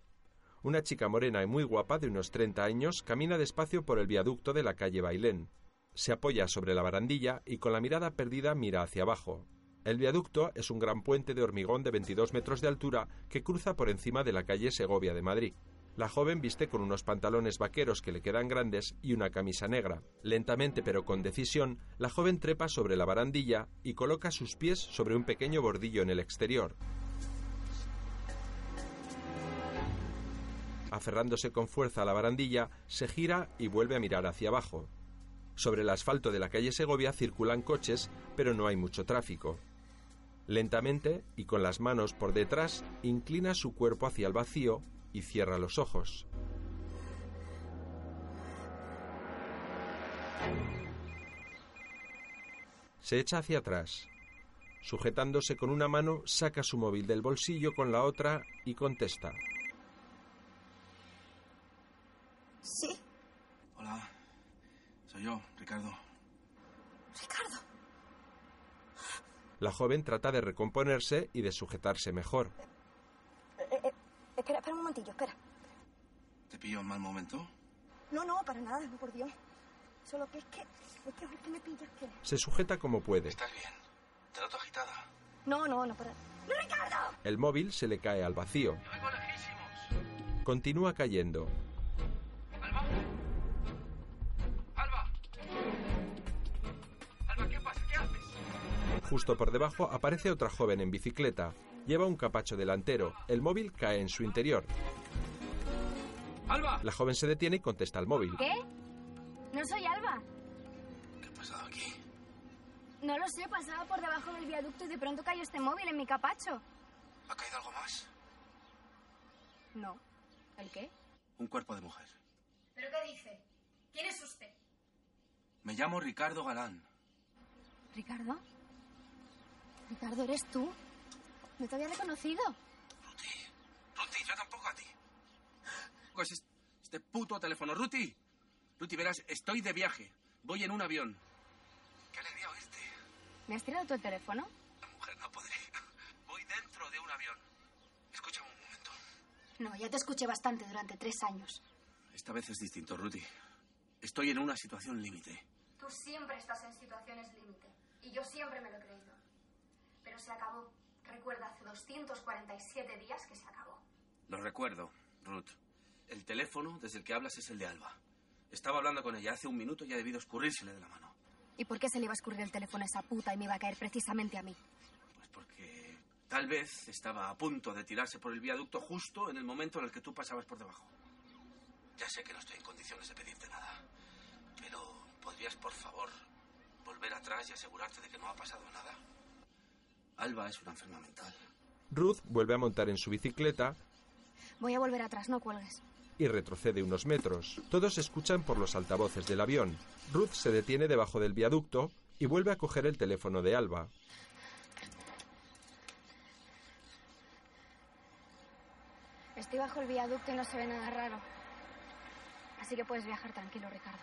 Speaker 1: una chica morena y muy guapa de unos 30 años camina despacio por el viaducto de la calle Bailén. Se apoya sobre la barandilla y con la mirada perdida mira hacia abajo. El viaducto es un gran puente de hormigón de 22 metros de altura que cruza por encima de la calle Segovia de Madrid. La joven viste con unos pantalones vaqueros que le quedan grandes y una camisa negra. Lentamente pero con decisión, la joven trepa sobre la barandilla y coloca sus pies sobre un pequeño bordillo en el exterior. Aferrándose con fuerza a la barandilla, se gira y vuelve a mirar hacia abajo. Sobre el asfalto de la calle Segovia circulan coches, pero no hay mucho tráfico. Lentamente y con las manos por detrás, inclina su cuerpo hacia el vacío y cierra los ojos. Se echa hacia atrás. Sujetándose con una mano, saca su móvil del bolsillo con la otra y contesta.
Speaker 12: Sí.
Speaker 19: Hola, soy yo, Ricardo.
Speaker 12: Ricardo.
Speaker 1: La joven trata de recomponerse y de sujetarse mejor.
Speaker 12: Eh, eh, espera, espera un momentillo, espera.
Speaker 19: ¿Te pillo en mal momento?
Speaker 12: No, no, para nada, por Dios. Solo que es que, es que, es que me pillas que...
Speaker 1: Se sujeta como puede.
Speaker 19: Te noto agitada.
Speaker 12: No, no, no, para... ¡Ricardo!
Speaker 1: El móvil se le cae al vacío. Continúa cayendo.
Speaker 20: Alba, ¿qué pasa? ¿Qué haces?
Speaker 1: Justo por debajo aparece otra joven en bicicleta. Lleva un capacho delantero. El móvil cae en su interior.
Speaker 20: ¡Alba!
Speaker 1: La joven se detiene y contesta al móvil.
Speaker 21: ¿Qué? No soy Alba. No lo sé, pasaba por debajo del viaducto y de pronto cayó este móvil en mi capacho.
Speaker 19: ¿Ha caído algo más?
Speaker 21: No. ¿El qué?
Speaker 19: Un cuerpo de mujer.
Speaker 21: ¿Pero qué dice? ¿Quién es usted?
Speaker 19: Me llamo Ricardo Galán.
Speaker 21: ¿Ricardo? ¿Ricardo eres tú? No te había reconocido.
Speaker 19: Ruti, yo tampoco a ti. ¿Qué es este- este puto teléfono? Ruti, Ruti, verás, estoy de viaje. Voy en un avión. Qué alegría oírte.
Speaker 21: ¿Me has tirado tú el teléfono?
Speaker 19: Mujer, no podré. Voy dentro de un avión. Escúchame un momento.
Speaker 21: No, ya te escuché bastante durante tres años.
Speaker 19: Esta vez es distinto, Ruti. Estoy en una situación límite.
Speaker 21: Tú siempre estás en situaciones límite. Y yo siempre me lo he creído. Pero se acabó. Recuerda, hace 247 días que se acabó.
Speaker 19: Lo recuerdo, Ruth. El teléfono desde el que hablas es el de Alba. Estaba hablando con ella hace un minuto y ha debido escurrírsele de la mano.
Speaker 21: ¿Y por qué se le iba a escurrir el teléfono a esa puta y me iba a caer precisamente a mí?
Speaker 19: Porque tal vez estaba a punto de tirarse por el viaducto justo en el momento en el que tú pasabas por debajo. Ya sé que no estoy en condiciones de pedirte nada, pero ¿podrías, por favor, volver atrás y asegurarte de que no ha pasado nada? Alba es una enferma mental.
Speaker 1: Ruth vuelve a montar en su bicicleta
Speaker 21: Voy a volver atrás, no cuelgues.
Speaker 1: y retrocede unos metros. Todos escuchan por los altavoces del avión. Ruth se detiene debajo del viaducto y vuelve a coger el teléfono de Alba.
Speaker 21: Estoy bajo el viaducto y no se ve nada raro. Así que puedes viajar tranquilo, Ricardo.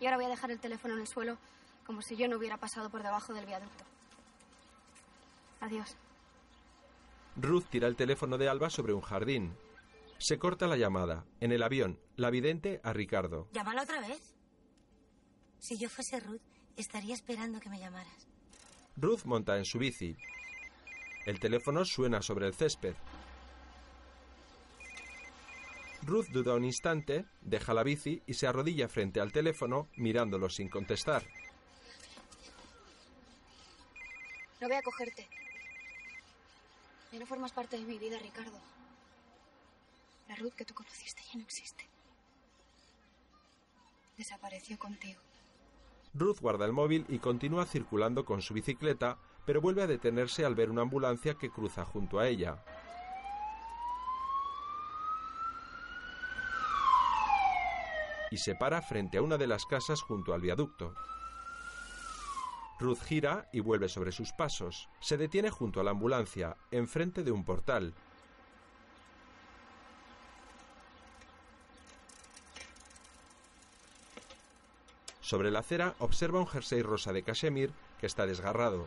Speaker 21: Y ahora voy a dejar el teléfono en el suelo como si yo no hubiera pasado por debajo del viaducto. Adiós.
Speaker 1: Ruth tira el teléfono de Alba sobre un jardín. Se corta la llamada. En el avión, la vidente a Ricardo.
Speaker 10: ¿Llámala otra vez? Si yo fuese Ruth, estaría esperando que me llamaras.
Speaker 1: Ruth monta en su bici. El teléfono suena sobre el césped. Ruth duda un instante, deja la bici y se arrodilla frente al teléfono mirándolo sin contestar.
Speaker 21: No voy a cogerte. Ya no formas parte de mi vida, Ricardo. La Ruth que tú conociste ya no existe. Desapareció contigo.
Speaker 1: Ruth guarda el móvil y continúa circulando con su bicicleta, pero vuelve a detenerse al ver una ambulancia que cruza junto a ella. Y se para frente a una de las casas junto al viaducto. Ruth gira y vuelve sobre sus pasos. Se detiene junto a la ambulancia, enfrente de un portal. Sobre la acera observa un jersey rosa de cachemir que está desgarrado.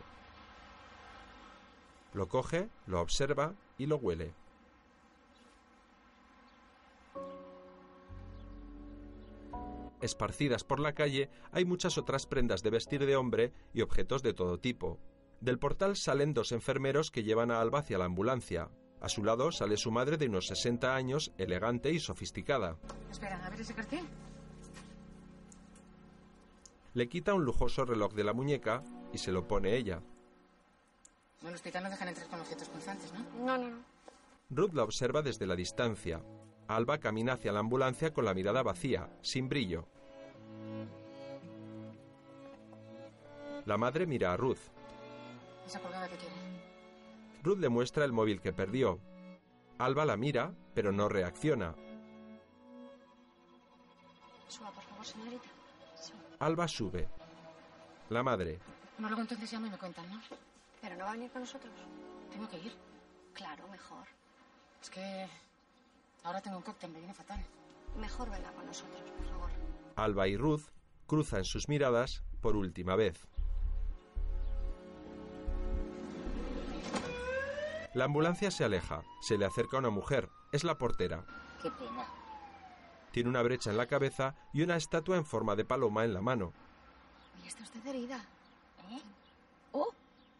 Speaker 1: Lo coge, lo observa y lo huele. Esparcidas por la calle hay muchas otras prendas de vestir de hombre y objetos de todo tipo. Del portal salen dos enfermeros que llevan a Alba hacia la ambulancia. A su lado sale su madre de unos 60 años, elegante y sofisticada.
Speaker 22: Espera, a ver ese cartel.
Speaker 1: Le quita un lujoso reloj de la muñeca y se lo pone ella.
Speaker 22: En el hospital no dejan entrar con objetos punzantes, ¿no?
Speaker 21: No, no, no.
Speaker 1: Ruth la observa desde la distancia. Alba camina hacia la ambulancia con la mirada vacía, sin brillo. La madre mira a Ruth.
Speaker 22: Esa colgada que tiene.
Speaker 1: Ruth le muestra el móvil que perdió. Alba la mira, pero no reacciona.
Speaker 21: Suba, por favor, señorita. Suba.
Speaker 1: Alba sube. La madre.
Speaker 22: No, luego entonces llama y me cuentan, ¿no?
Speaker 21: Pero no va a venir con nosotros.
Speaker 22: Tengo que ir.
Speaker 21: Claro, mejor.
Speaker 22: Es que ahora tengo un cóctel, me viene fatal.
Speaker 21: Mejor venga con nosotros, por favor.
Speaker 1: Alba y Ruth cruzan sus miradas por última vez. La ambulancia se aleja. Se le acerca una mujer. Es la portera.
Speaker 23: Qué pena.
Speaker 1: Tiene una brecha en la cabeza y una estatua en forma de paloma en la mano.
Speaker 21: Oye, está usted herida.
Speaker 23: ¿Eh? ¡Oh!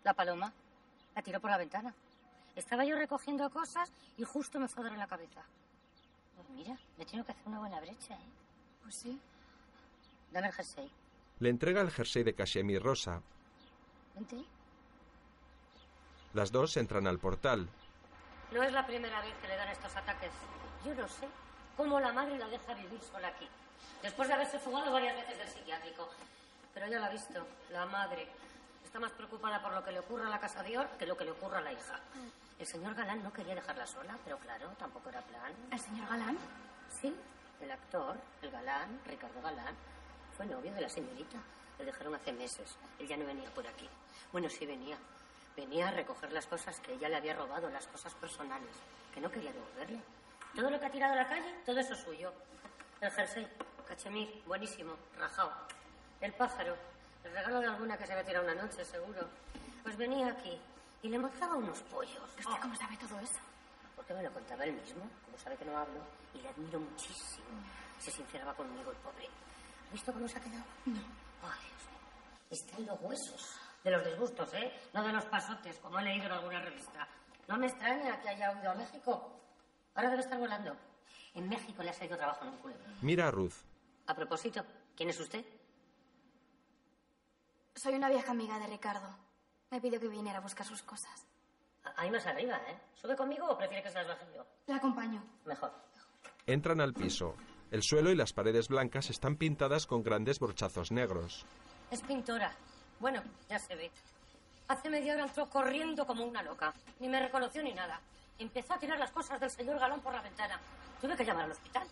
Speaker 23: La paloma. La tiró por la ventana. Estaba yo recogiendo cosas y justo me fodró en la cabeza. Pues mira, me tengo que hacer una buena brecha, ¿eh?
Speaker 21: Pues sí.
Speaker 23: Dame el jersey.
Speaker 1: Le entrega el jersey de cachemir rosa.
Speaker 23: Vente.
Speaker 1: Las dos entran al portal.
Speaker 23: No es la primera vez que le dan estos ataques. Yo no sé cómo la madre la deja vivir sola aquí. Después de haberse fugado varias veces del psiquiátrico. Pero ya la ha visto, la madre. Está más preocupada por lo que le ocurra a la casa de Or que lo que le ocurra a la hija. El señor Galán no quería dejarla sola, pero claro, tampoco era plan.
Speaker 21: ¿El señor Galán?
Speaker 23: Sí, el actor, el Galán, Ricardo Galán, fue novio de la señorita. Le dejaron hace meses. Él ya no venía por aquí. Bueno, sí venía. Venía a recoger las cosas que ella le había robado, las cosas personales, que no quería devolverle. Todo lo que ha tirado a la calle, todo eso es suyo. El jersey, cachemir, buenísimo, rajao. El pájaro, el regalo de alguna que se había tirado una noche, seguro. Pues venía aquí y le montaba unos pollos.
Speaker 21: ¿Usted cómo sabe todo eso?
Speaker 23: Porque me lo contaba él mismo, como sabe que no hablo, y le admiro muchísimo. Se sinceraba conmigo el pobre. ¿Has visto cómo se ha quedado?
Speaker 21: No.
Speaker 23: Ay, Dios mío. Está en los huesos. De los disgustos, ¿eh? No de los pasotes, como he leído en alguna revista. No me extraña que haya huido a México. Ahora debe estar volando. En México le ha salido trabajo en un culebro.
Speaker 1: Mira a Ruth.
Speaker 23: A propósito, ¿quién es usted?
Speaker 21: Soy una vieja amiga de Ricardo. Me pidió que viniera a buscar sus cosas.
Speaker 23: Ahí más arriba, ¿eh? ¿Sube conmigo o prefiere que se las baje yo?
Speaker 21: La acompaño.
Speaker 23: Mejor.
Speaker 1: Entran al piso. El suelo y las paredes blancas están pintadas con grandes borchazos negros.
Speaker 23: Es pintora. Bueno, ya se ve. Hace media hora entró corriendo como una loca. Ni me reconoció ni nada. Empezó a tirar las cosas del señor Galón por la ventana. Tuve que llamar al hospital.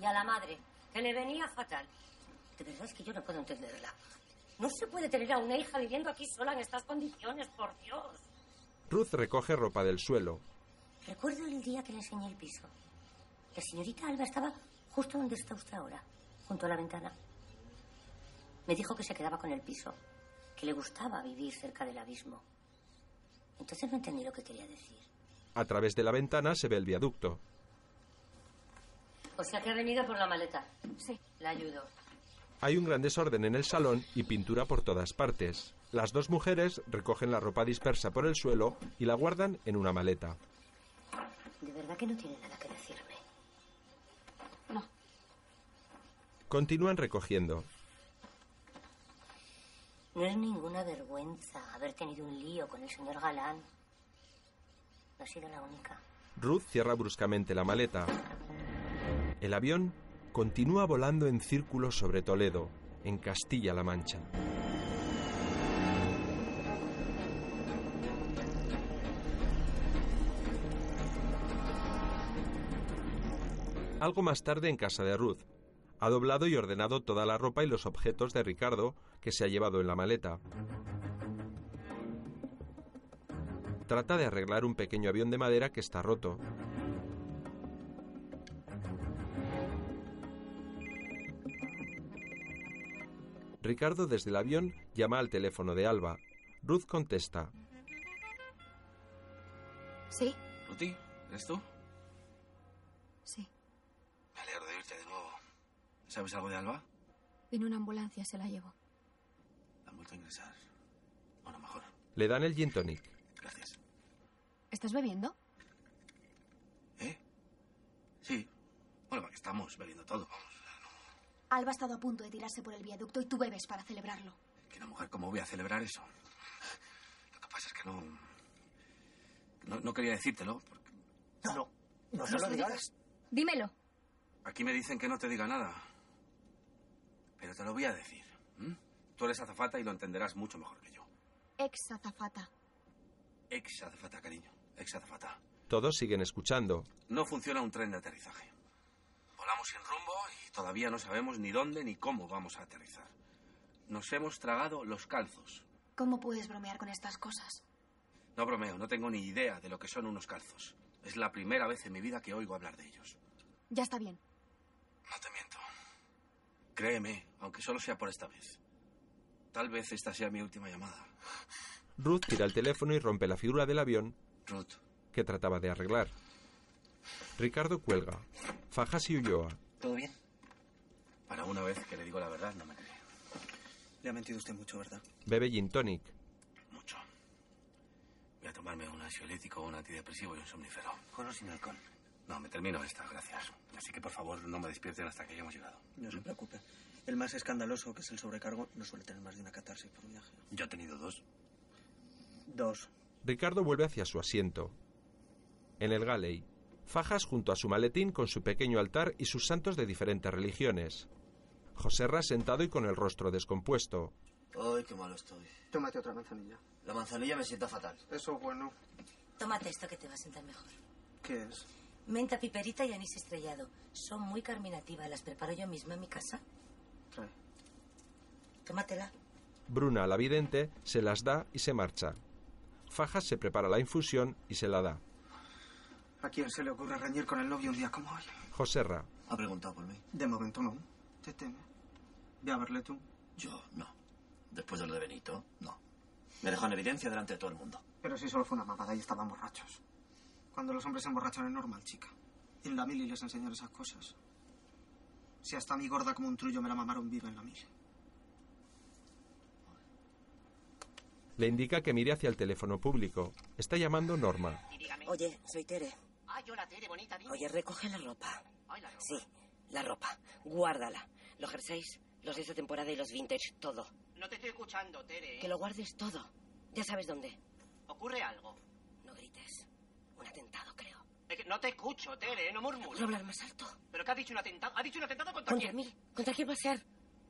Speaker 23: Y a la madre, que le venía fatal. De verdad es que yo no puedo entenderla. No se puede tener a una hija viviendo aquí sola en estas condiciones, por Dios.
Speaker 1: Ruth recoge ropa del suelo.
Speaker 23: Recuerdo el día que le enseñé el piso. La señorita Alba estaba justo donde está usted ahora, junto a la ventana. Me dijo que se quedaba con el piso, que le gustaba vivir cerca del abismo. Entonces no entendí lo que quería decir.
Speaker 1: A través de la ventana se ve el viaducto.
Speaker 23: O sea que ha venido por la maleta.
Speaker 21: Sí.
Speaker 23: La ayudo.
Speaker 1: Hay un gran desorden en el salón y pintura por todas partes. Las dos mujeres recogen la ropa dispersa por el suelo y la guardan en una maleta.
Speaker 23: De verdad que no tiene nada que decirme.
Speaker 1: Continúan recogiendo.
Speaker 23: No es ninguna vergüenza haber tenido un lío con el señor Galán. No ha sido la única.
Speaker 1: Ruth cierra bruscamente la maleta. El avión continúa volando en círculo sobre Toledo, en Castilla-La Mancha. Algo más tarde en casa de Ruth, ha doblado y ordenado toda la ropa y los objetos de Ricardo que se ha llevado en la maleta. Trata de arreglar un pequeño avión de madera que está roto. Ricardo desde el avión llama al teléfono de Alba. Ruth contesta.
Speaker 21: ¿Sí?
Speaker 19: Ruti, ¿eres tú?
Speaker 21: Sí.
Speaker 19: Me alegro de oírte de nuevo. ¿Sabes algo de Alba?
Speaker 21: Vino una ambulancia, se la llevo.
Speaker 19: Han vuelto a ingresar. Bueno, mejor.
Speaker 1: Le dan el gin tonic.
Speaker 19: Gracias.
Speaker 21: ¿Estás bebiendo?
Speaker 19: Sí. Bueno, porque estamos bebiendo todo.
Speaker 12: Alba ha estado a punto de tirarse por el viaducto y tú bebes para celebrarlo.
Speaker 19: Que una mujer, ¿cómo voy a celebrar eso? Lo que pasa es que no... No, no quería decírtelo. Porque... No, no.
Speaker 12: no se lo digas. Dímelo.
Speaker 19: Aquí me dicen que no te diga nada. Pero te lo voy a decir. ¿m? Tú eres azafata y lo entenderás mucho mejor que yo.
Speaker 12: Ex azafata.
Speaker 19: Ex azafata, cariño. Ex azafata.
Speaker 1: Todos siguen escuchando.
Speaker 19: No funciona un tren de aterrizaje. Volamos sin rumbo y todavía no sabemos ni dónde ni cómo vamos a aterrizar. Nos hemos tragado los calzos.
Speaker 12: ¿Cómo puedes bromear con estas cosas?
Speaker 19: No bromeo, no tengo ni idea de lo que son unos calzos. Es la primera vez en mi vida que oigo hablar de ellos.
Speaker 12: Ya está bien.
Speaker 19: Créeme, aunque solo sea por esta vez. Tal vez esta sea mi última llamada.
Speaker 1: Ruth tira el teléfono y rompe la figura del avión
Speaker 19: Ruth.
Speaker 1: que trataba de arreglar. Ricardo cuelga. Fajas y Ulloa.
Speaker 7: ¿Todo bien?
Speaker 19: Para una vez que le digo la verdad, no me cree.
Speaker 7: Le ha mentido usted mucho, ¿verdad?
Speaker 1: Bebe gin tonic.
Speaker 19: Voy a tomarme un ansiolítico, un antidepresivo y un somnífero.
Speaker 7: Con o sin alcohol.
Speaker 19: No, me termino esta, gracias. Así que por favor, no me despierten hasta que hayamos llegado.
Speaker 7: No se preocupe. El más escandaloso, que es el sobrecargo, no suele tener más de una catarsis por viaje.
Speaker 19: Yo he tenido dos.
Speaker 7: Dos.
Speaker 1: Ricardo vuelve hacia su asiento. En el galley, Fajas junto a su maletín con su pequeño altar y sus santos de diferentes religiones. Joserra sentado y con el rostro descompuesto.
Speaker 7: Ay, qué malo estoy.
Speaker 3: Tómate otra manzanilla.
Speaker 7: La manzanilla me sienta fatal.
Speaker 3: Eso es bueno.
Speaker 10: Tómate esto que te va a sentar mejor.
Speaker 3: ¿Qué es?
Speaker 10: Menta piperita y anís estrellado. Son muy carminativas. Las preparo yo misma en mi casa.
Speaker 3: Trae.
Speaker 10: Tómatela.
Speaker 1: Bruna, la vidente, se las da y se marcha. Fajas se prepara la infusión y se la da.
Speaker 3: ¿A quién se le ocurre reñir con el novio un día como hoy?
Speaker 1: Joserra,
Speaker 7: Ha preguntado por mí.
Speaker 3: De momento no. Te teme. Ve a verle tú.
Speaker 7: Yo no. Después de lo de Benito, no. Me dejó en evidencia delante de todo el mundo.
Speaker 3: Pero sí solo fue una mamada y estaban borrachos. Cuando los hombres se emborrachan es normal, chica. En la mili les enseñan esas cosas. Si hasta a mí gorda como un trullo me la mamaron viva en la mili.
Speaker 1: le indica que mire hacia el teléfono público. Está llamando Norma.
Speaker 11: Oye, soy Tere.
Speaker 23: Ay, hola, Tere, bonita, dime.
Speaker 11: Oye, recoge la ropa. Sí, la ropa. Guárdala. Los jerseys, los de esta temporada y los vintage, todo.
Speaker 23: No te estoy escuchando, Tere. ¿eh?
Speaker 11: Que lo guardes todo. Ya sabes dónde.
Speaker 23: ¿Ocurre algo?
Speaker 11: No grites. Un atentado, creo.
Speaker 23: Es que no te escucho, Tere, no murmures.
Speaker 11: ¿Puedo hablar más alto?
Speaker 23: ¿Pero qué ha dicho un atentado? ¿Ha dicho un atentado contra,
Speaker 11: ¿Contra
Speaker 23: quién?
Speaker 11: mí? ¿Contra quién va a ser?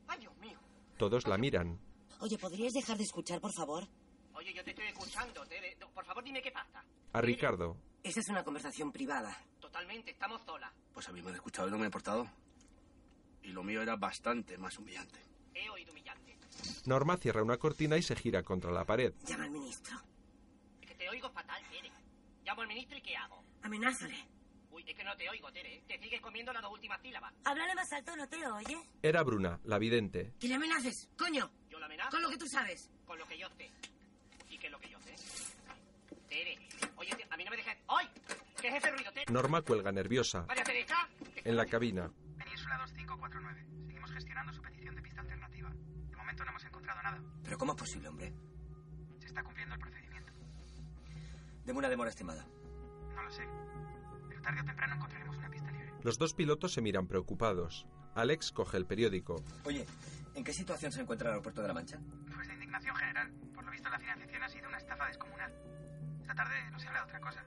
Speaker 23: Ay, Dios mío.
Speaker 1: Todos la miran.
Speaker 11: Oye, ¿podrías dejar de escuchar, por favor?
Speaker 23: Oye, yo te estoy escuchando, Tere. No, Por favor, dime qué pasa.
Speaker 1: A Ricardo.
Speaker 11: Esa es una conversación privada.
Speaker 23: Totalmente, estamos solas.
Speaker 19: Pues a mí me han escuchado y no me ha importado. Y lo mío era bastante más humillante.
Speaker 23: He oído humillante.
Speaker 1: Norma cierra una cortina y se gira contra la pared.
Speaker 11: Llama al ministro.
Speaker 23: Es que te oigo fatal, Tere. Llamo al ministro y ¿qué hago?
Speaker 11: Amenázale.
Speaker 23: Uy, es que no te oigo, Tere. ¿eh? Te sigues comiendo las dos últimas sílabas.
Speaker 11: Háblale más alto, no te oye.
Speaker 1: Era Bruna, la vidente.
Speaker 11: Que le amenaces, coño.
Speaker 23: Yo la amenazo.
Speaker 11: Con lo que tú sabes.
Speaker 23: Con lo que yo sé. ¿Y qué es lo que yo sé? Tere, oye, te- a mí no me dejes... ¡Ay! ¿Qué es ese ruido, Tere?
Speaker 1: Norma cuelga nerviosa.
Speaker 23: María Teresa.
Speaker 1: En la cabina,
Speaker 4: Península 2549. Seguimos gestionando su petición de pistas
Speaker 15: ¿Cómo es posible, hombre?
Speaker 24: Se está cumpliendo el procedimiento.
Speaker 15: Deme una demora estimada.
Speaker 24: No lo sé. Pero tarde o temprano encontraremos una pista libre.
Speaker 1: Los dos pilotos se miran preocupados. Alex coge el periódico.
Speaker 15: Oye, ¿en qué situación se encuentra el aeropuerto de La Mancha?
Speaker 24: Pues de indignación general. Por lo visto, la financiación ha sido una estafa descomunal. Esta tarde no se habla de otra cosa.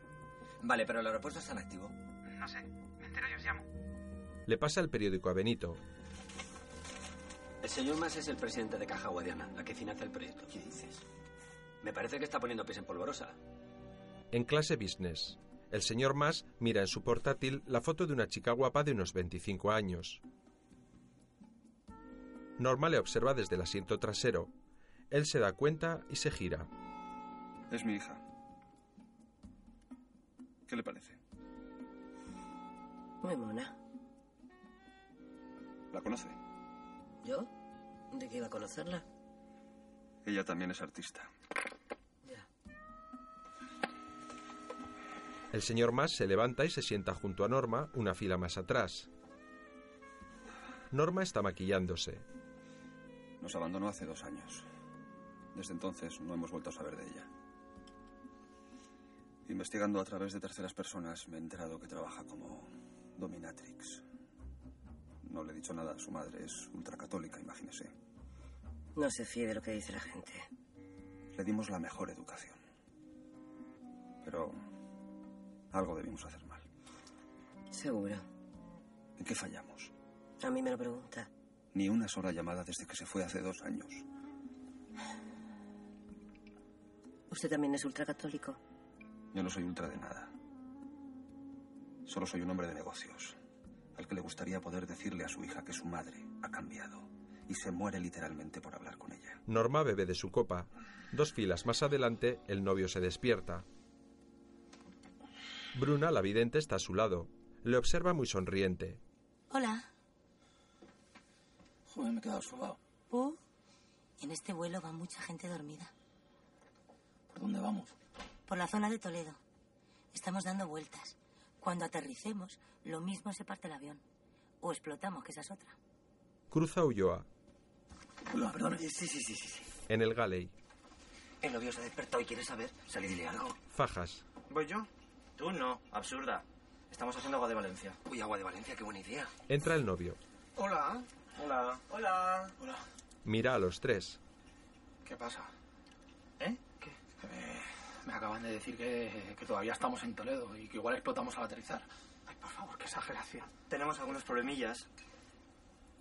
Speaker 15: Vale, pero el aeropuerto está en activo.
Speaker 24: No sé. Me entero y os llamo.
Speaker 1: Le pasa el periódico a Benito.
Speaker 25: El señor Mas es el presidente de Caja Guadiana, la que financia el proyecto.
Speaker 15: ¿Qué dices?
Speaker 25: Me parece que está poniendo pies en polvorosa.
Speaker 1: En clase business, el señor Mas mira en su portátil la foto de una chica guapa de unos 25 años. Norma le observa desde el asiento trasero. Él se da cuenta y se gira.
Speaker 14: Es mi hija. ¿Qué le parece?
Speaker 11: Muy mona.
Speaker 14: ¿La conoce?
Speaker 11: ¿Yo? ¿De qué iba a conocerla?
Speaker 14: Ella también es artista.
Speaker 1: El señor Mas se levanta y se sienta junto a Norma, una fila más atrás. Norma está maquillándose.
Speaker 14: Nos abandonó hace dos años. Desde entonces no hemos vuelto a saber de ella. Investigando a través de terceras personas me he enterado que trabaja como dominatrix. No le he dicho nada a su madre, es ultracatólica, imagínese.
Speaker 11: No se fíe de lo que dice la gente.
Speaker 14: Le dimos la mejor educación. Pero algo debimos hacer mal.
Speaker 11: Seguro.
Speaker 14: ¿En qué fallamos?
Speaker 11: A mí me lo pregunta.
Speaker 14: Ni una sola llamada desde que se fue hace dos años.
Speaker 11: Usted también es ultracatólico.
Speaker 14: Yo no soy ultra de nada. Solo soy un hombre de negocios, al que le gustaría poder decirle a su hija que su madre ha cambiado y se muere literalmente por hablar con ella.
Speaker 1: Norma bebe de su copa. Dos filas más adelante, el novio se despierta. Bruna, la vidente, está a su lado. Le observa muy sonriente.
Speaker 10: Hola.
Speaker 3: Joder, me he quedado sobao.
Speaker 10: ¿Oh? En este vuelo va mucha gente dormida.
Speaker 3: ¿Por dónde vamos?
Speaker 10: Por la zona de Toledo. Estamos dando vueltas. Cuando aterricemos, lo mismo se parte el avión. O explotamos, que esa es otra.
Speaker 1: Cruza Ulloa.
Speaker 3: Hola, perdona.
Speaker 7: Sí, sí, sí, sí. sí.
Speaker 1: En el galley.
Speaker 7: El novio se ha despertado y quiere saber. Salí, dile algo.
Speaker 1: Fajas.
Speaker 7: ¿Voy yo?
Speaker 15: Tú no, absurda. Estamos haciendo agua de Valencia.
Speaker 7: Uy, agua de Valencia, qué buena idea.
Speaker 1: Entra el novio.
Speaker 26: Hola.
Speaker 15: Hola.
Speaker 26: Hola.
Speaker 3: Hola.
Speaker 1: Mira a los tres.
Speaker 3: ¿Qué pasa?
Speaker 7: ¿Eh?
Speaker 3: ¿Qué? Eh, me acaban de decir que, que todavía estamos en Toledo y que igual explotamos al aterrizar. Ay, por favor, qué exageración.
Speaker 7: Tenemos algunos problemillas.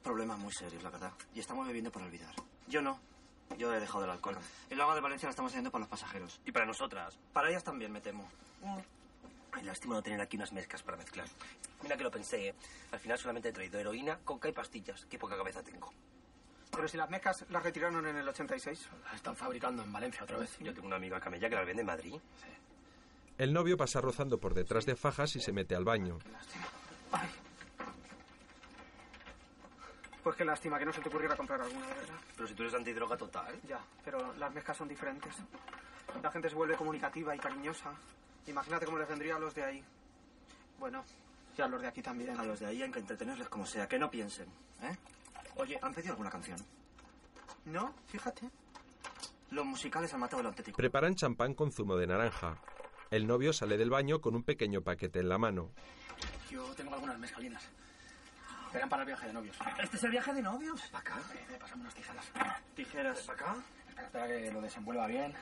Speaker 27: Problemas muy serios, la verdad. Y estamos bebiendo para olvidar.
Speaker 7: Yo no. Yo he dejado el alcohol. El agua de Valencia la estamos haciendo para los pasajeros.
Speaker 15: Y para nosotras.
Speaker 7: Para ellas también, me temo.
Speaker 12: Mm.
Speaker 15: Ay, lástima no tener aquí unas mezclas para mezclar. Mira que lo pensé, ¿eh? Al final solamente he traído heroína, coca y pastillas. Qué poca cabeza tengo.
Speaker 26: Pero si las mecas las retiraron en el 86.
Speaker 3: Las Ah, están fabricando en Valencia otra vez.
Speaker 15: Yo tengo una amiga camella que la vende en Madrid.
Speaker 1: El novio pasa rozando por detrás de Fajas y se mete al baño.
Speaker 26: Pues qué lástima que no se te ocurriera comprar alguna, de verdad.
Speaker 15: Pero si tú eres antidroga total.
Speaker 26: Ya, pero las mezclas son diferentes. La gente se vuelve comunicativa y cariñosa. Imagínate cómo les vendría a los de ahí. Bueno, y a los de aquí también.
Speaker 7: A los de ahí hay que entretenerles como sea, que no piensen. ¿eh? Oye, ¿han pedido alguna canción?
Speaker 26: No, fíjate.
Speaker 7: Los musicales han matado el auténtico.
Speaker 1: Preparan champán con zumo de naranja. El novio sale del baño con un pequeño paquete en la mano.
Speaker 3: Yo tengo algunas mezcalinas. Eran para el viaje de novios.
Speaker 7: ¿Este es el viaje de novios?
Speaker 3: Para acá. Me pasan unas tijeras.
Speaker 7: Tijeras.
Speaker 3: ¿Para acá? Espera, espera que lo desenvuelva bien.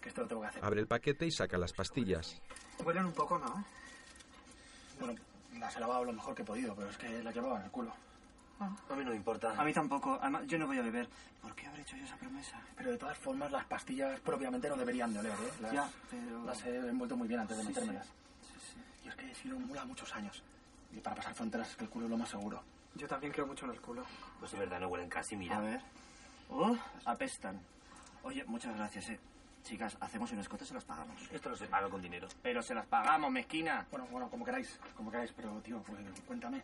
Speaker 3: Que esto lo tengo que hacer.
Speaker 1: Abre el paquete y saca las pastillas.
Speaker 26: Huelen un poco, ¿no?
Speaker 3: Bueno, las he lavado lo mejor que he podido, pero es que las llevaba en el culo.
Speaker 15: A mí no me importa.
Speaker 7: A mí tampoco. Además, yo no voy a beber. Ah. ¿Por qué habré hecho yo esa promesa?
Speaker 3: Pero de todas formas, las pastillas propiamente no deberían de oler, ¿eh? Las,
Speaker 7: Ya, pero-
Speaker 3: Las he envuelto muy bien antes de
Speaker 7: Sí,
Speaker 3: metérmelas. Y es que si no mula muchos años. Y para pasar fronteras, es que el culo es lo más seguro.
Speaker 26: Yo también creo mucho en el culo.
Speaker 15: Pues de verdad no huelen casi, mira.
Speaker 7: A ver. Oh, apestan. Oye, muchas gracias, eh. Chicas, hacemos un escote, se los pagamos.
Speaker 15: Esto no se paga con dinero.
Speaker 7: Pero se las pagamos, mezquina.
Speaker 3: Bueno, bueno, como queráis, como queráis, pero tío, pues cuéntame.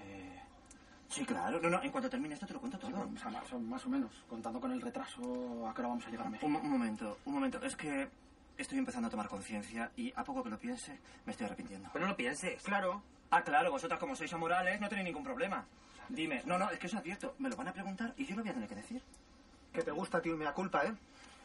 Speaker 3: Eh,
Speaker 7: Sí, claro. No, no, en cuanto termine esto te lo cuento todo.
Speaker 3: sí, bueno, o sea, más, o- más o menos, contando con el retraso, ¿a qué hora vamos a llegar a México?
Speaker 7: Un, mo- un momento, un momento. Es que estoy empezando a tomar conciencia y a poco que lo piense, me estoy arrepintiendo.
Speaker 15: Pero no lo pienses.
Speaker 7: Claro. Ah, claro, vosotras como sois amorales no tenéis ningún problema. Dime, no, no, es que os advierto, me lo van a preguntar y yo lo voy a tener que decir.
Speaker 3: Que te gusta, tío, y me da culpa, ¿eh?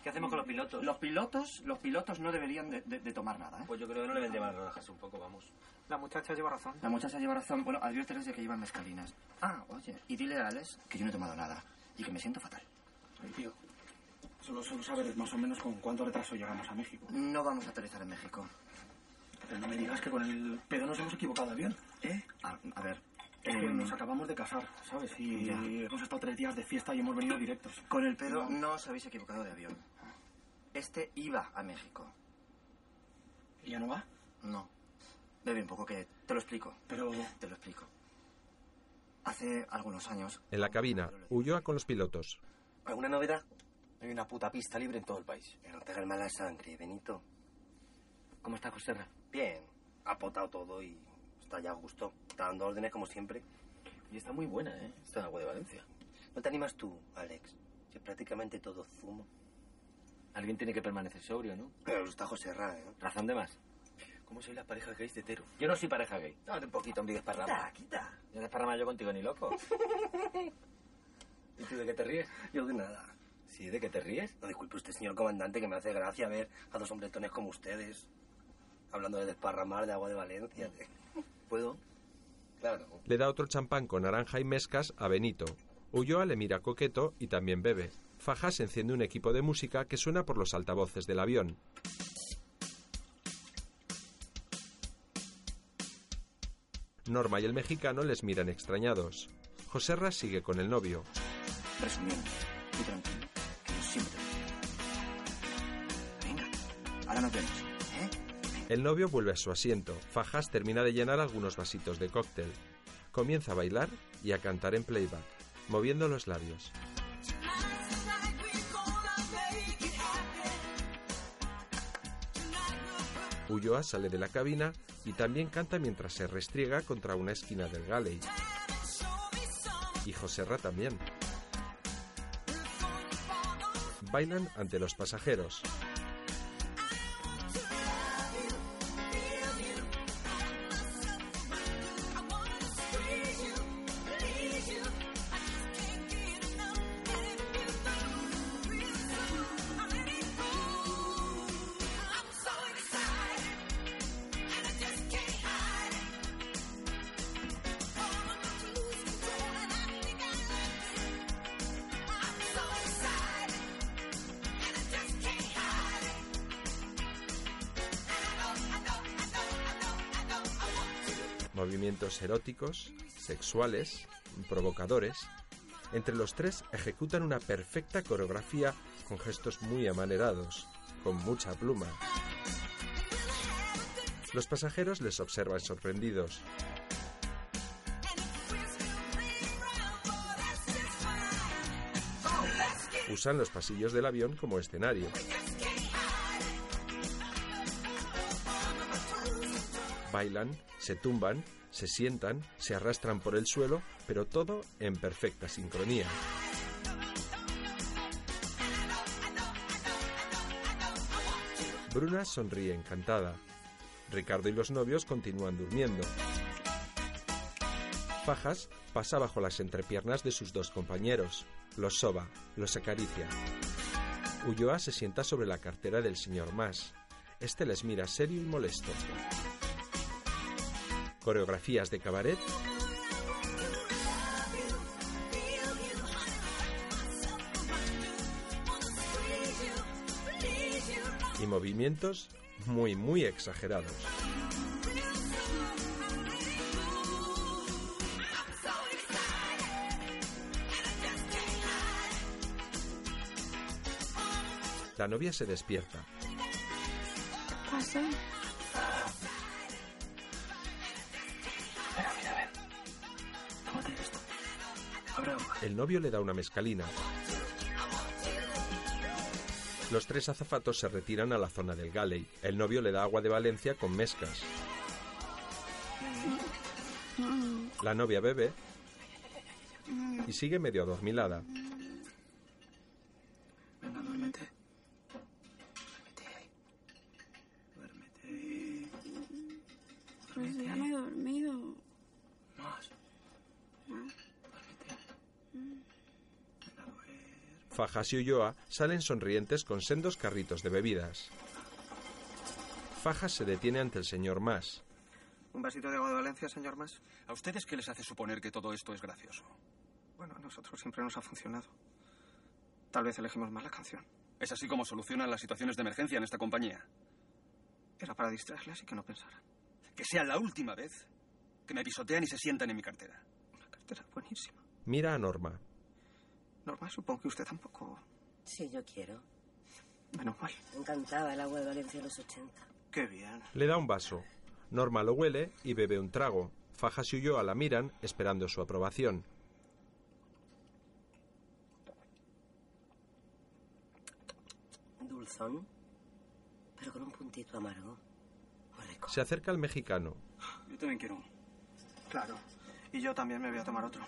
Speaker 28: ¿Qué hacemos con los pilotos?
Speaker 29: Los pilotos, los pilotos no deberían de, de- de tomar nada, ¿eh?
Speaker 28: Pues yo creo que no le vendría mal relajarse un poco, vamos.
Speaker 3: La muchacha lleva razón.
Speaker 29: La muchacha lleva razón. Bueno, adviérteles de que llevan mezcalinas. Ah, oye, y dile a Alex que yo no he tomado nada y que me siento fatal.
Speaker 3: tío, solo, solo saber más o menos con cuánto retraso llegamos a México.
Speaker 29: No vamos a aterrizar en México.
Speaker 3: Pero no me digas que con el... Pero nos hemos equivocado de avión, ¿eh?
Speaker 29: A, a ver,
Speaker 3: Es que
Speaker 29: eh,
Speaker 3: nos acabamos de casar, ¿sabes? Y
Speaker 29: Ya.
Speaker 3: hemos estado tres días de fiesta y hemos venido directos.
Speaker 29: con el pedo no os habéis equivocado de avión. Este iba a México.
Speaker 3: ¿Y ya no va?
Speaker 29: No. Bebe un poco que te lo explico.
Speaker 3: Pero...
Speaker 29: Te lo explico. Hace algunos años...
Speaker 1: En la cabina, Ulloa con los pilotos.
Speaker 7: ¿Alguna novedad? Hay una puta pista libre en todo el país. No te hagas mala sangre, Benito.
Speaker 30: ¿Cómo está José
Speaker 7: Bien. Ha potado todo y está ya a gusto. Está dando órdenes como siempre. Y está muy buena, ¿eh? Está en agua de Valencia. ¿No te animas tú, Alex? Si es prácticamente todo zumo.
Speaker 30: Alguien tiene que permanecer sobrio, ¿no?
Speaker 7: Pero está José Ra, ¿eh?
Speaker 30: Razón de más.
Speaker 7: ¿Cómo soy la pareja gays de Tero?
Speaker 30: Yo no soy pareja gay.
Speaker 7: Dame un poquito, hombre, desparrama. Quita,
Speaker 30: No desparrama yo contigo ni
Speaker 7: *laughs*
Speaker 30: loco.
Speaker 7: ¿Y tú de qué te ríes? Yo de nada. ¿Sí? ¿De qué te ríes? No, disculpe usted, señor comandante, que me hace gracia ver a dos hombretones como ustedes hablando de desparramar de agua de Valencia. ¿Puedo? Claro.
Speaker 1: Le da otro champán con naranja y mezcas a Benito. Ulloa le mira coqueto y también bebe. Fajas enciende un equipo de música que suena por los altavoces del avión. Norma y el mexicano les miran extrañados. Joserra sigue con el novio.
Speaker 15: *laughs* Resumiendo, tú tranquilo, que yo siempre te lo digo. Venga, ahora nos vemos.
Speaker 1: El novio vuelve a su asiento. Fajas termina de llenar algunos vasitos de cóctel. Comienza a bailar y a cantar en playback, moviendo los labios. Ulloa sale de la cabina y también canta mientras se restriega contra una esquina del galley. Y Joserra también. Bailan ante los pasajeros. Movimientos eróticos, sexuales, provocadores. Entre los tres ejecutan una perfecta coreografía con gestos muy amanerados, con mucha pluma. Los pasajeros les observan sorprendidos. Usan los pasillos del avión como escenario. Bailan, se tumban, se sientan, se arrastran por el suelo, pero todo en perfecta sincronía. Bruna sonríe encantada. Ricardo y los novios continúan durmiendo. Fajas pasa bajo las entrepiernas de sus dos compañeros, los soba, los acaricia. Ulloa se sienta sobre la cartera del señor Mas. Este les mira serio y molesto coreografías de cabaret. Y movimientos muy, muy exagerados. La novia se despierta.
Speaker 13: Pasa.
Speaker 1: El novio le da una mezcalina. Los tres azafatos se retiran a la zona del galley. El novio le da agua de Valencia con mezcas. La novia bebe y sigue medio adormilada.
Speaker 13: Pues ya me he dormido.
Speaker 3: Más.
Speaker 13: ¿no?
Speaker 1: Fajas y Ulloa salen sonrientes con sendos carritos de bebidas. Fajas se detiene ante el señor Mas.
Speaker 3: ¿Un vasito de agua de Valencia, señor Mas?
Speaker 14: ¿A ustedes qué les hace suponer que todo esto es gracioso?
Speaker 3: Bueno, a nosotros siempre nos ha funcionado. Tal vez elegimos mal la canción.
Speaker 14: Es así como solucionan las situaciones de emergencia en esta compañía.
Speaker 3: Era para distraerles y que no pensaran.
Speaker 14: Que sea la última vez que me pisotean y se sientan en mi cartera.
Speaker 3: Cartera buenísima.
Speaker 1: Mira a Norma.
Speaker 3: Norma, supongo que usted tampoco.
Speaker 11: Sí, yo quiero.
Speaker 3: Menos mal.
Speaker 11: Me encantaba el agua de Valencia en los 80.
Speaker 3: Qué bien.
Speaker 1: Le da un vaso. Norma lo huele y bebe un trago. Fajas y Ulloa la miran esperando su aprobación.
Speaker 11: Dulzón, pero con un puntito amargo.
Speaker 1: Se acerca al mexicano.
Speaker 3: Yo también quiero un. Claro. Y yo también me voy a tomar otro.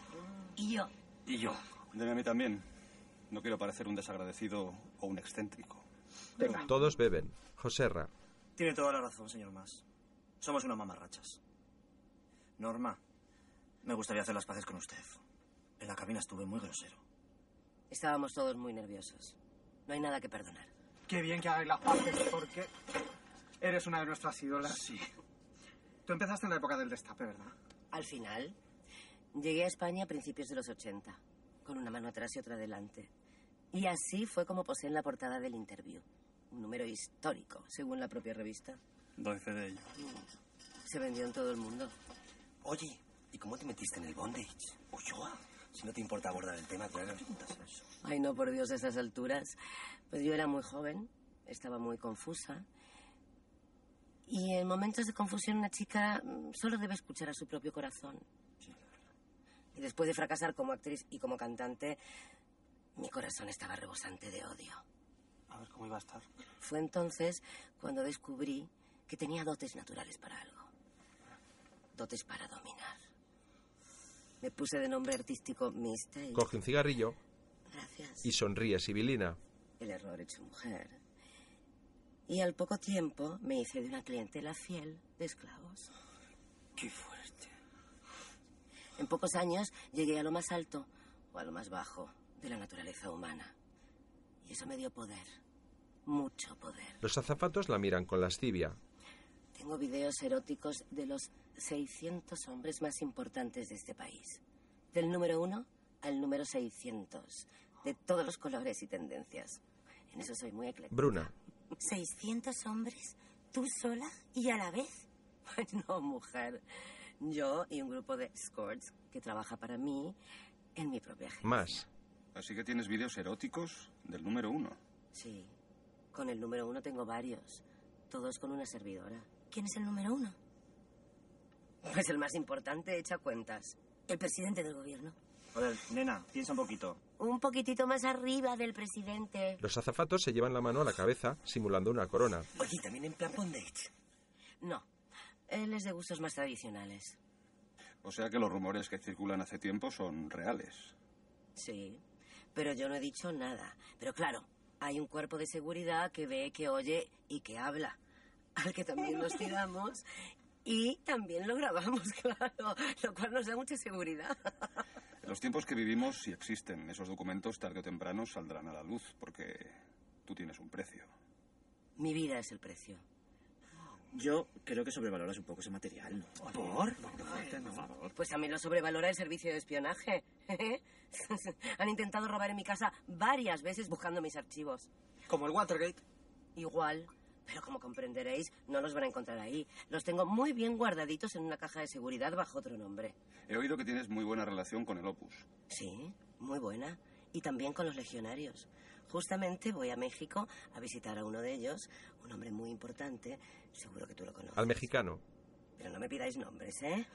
Speaker 11: Y yo.
Speaker 14: Y yo. Deme a mí también. No quiero parecer un desagradecido o un excéntrico.
Speaker 3: Venga.
Speaker 1: Todos beben. Joserra.
Speaker 18: Tiene toda la razón, señor Mas. Somos unas mamarrachas. Norma, me gustaría hacer las paces con usted. En la cabina estuve muy grosero.
Speaker 11: Estábamos todos muy nerviosos. No hay nada que perdonar.
Speaker 3: Qué bien que hagáis las paces, porque eres una de nuestras ídolas.
Speaker 14: Sí.
Speaker 3: Tú empezaste en la época del destape, ¿verdad?
Speaker 11: Al final, llegué a España a principios de los 80, con una mano atrás y otra adelante. Y así fue como posé en la portada del interview. Un número histórico, según la propia revista.
Speaker 14: Doy fe de ello.
Speaker 11: Se vendió en todo el mundo.
Speaker 15: Oye, ¿y cómo te metiste en el bondage? Ochoa, si no te importa abordar el tema, claro.
Speaker 11: Ay, no, por Dios, a esas alturas. Pues yo era muy joven, estaba muy confusa. Y en momentos de confusión una chica mm, solo debe escuchar a su propio corazón. Y después de fracasar como actriz y como cantante, mi corazón estaba rebosante de odio.
Speaker 3: A ver cómo iba a estar.
Speaker 11: Fue entonces cuando descubrí que tenía dotes naturales para algo. Dotes para dominar. Me puse de nombre artístico Miss Tate.
Speaker 1: Coge un cigarrillo
Speaker 11: Gracias.
Speaker 1: y sonríe sibilina.
Speaker 11: El error hecho mujer. Y al poco tiempo me hice de una clientela fiel de esclavos.
Speaker 15: Qué fuerte.
Speaker 11: En pocos años llegué a lo más alto o a lo más bajo de la naturaleza humana. Y eso me dio poder. Mucho poder.
Speaker 1: Los azafatos la miran con lascivia.
Speaker 11: Tengo videos eróticos de los 600 hombres más importantes de este país. Del número uno al número 600. De todos los colores y tendencias. En eso soy muy ecléctica.
Speaker 1: Bruna.
Speaker 10: ¿600 hombres? ¿Tú sola y a la
Speaker 11: *laughs*
Speaker 10: vez?
Speaker 11: No, mujer. Yo y un grupo de escorts que trabaja para mí en mi propia agencia.
Speaker 1: Más.
Speaker 14: Así que tienes vídeos eróticos del número uno.
Speaker 11: Sí. Con el número uno tengo varios. Todos con una servidora.
Speaker 10: ¿Quién es el número uno?
Speaker 11: Es el más importante, echa cuentas.
Speaker 10: El presidente del gobierno.
Speaker 18: Joder, nena, piensa un poquito.
Speaker 10: Un poquitito más arriba del presidente.
Speaker 1: Los azafatos se llevan la mano a la cabeza simulando una corona.
Speaker 15: Oye, también en plan bondage.
Speaker 11: No. Él es de gustos más tradicionales.
Speaker 14: O sea que los rumores que circulan hace tiempo son reales.
Speaker 11: Sí. Pero yo no he dicho nada. Pero claro, hay un cuerpo de seguridad que ve, que oye y que habla. Al que también nos tiramos. Y también lo grabamos, *laughs* claro. Lo cual nos da mucha seguridad.
Speaker 14: En los tiempos que vivimos, si existen esos documentos, tarde o temprano saldrán a la luz, porque tú tienes un precio.
Speaker 11: Mi vida es el precio.
Speaker 18: Yo creo que sobrevaloras un poco ese material, ¿no?
Speaker 15: ¿Por?
Speaker 11: Pues a mí lo sobrevalora el servicio de espionaje. ¿eh? *laughs* Han intentado robar en mi casa varias veces buscando mis archivos.
Speaker 3: Como el Watergate.
Speaker 11: Igual. Pero como comprenderéis, no los van a encontrar ahí. Los tengo muy bien guardaditos en una caja de seguridad bajo otro nombre.
Speaker 14: He oído que tienes muy buena relación con el Opus.
Speaker 11: Sí, muy buena. Y también con los legionarios. Justamente voy a México a visitar a uno de ellos, un hombre muy importante. Seguro que tú lo conoces.
Speaker 1: Al mexicano.
Speaker 11: Pero no me pidáis nombres, ¿eh?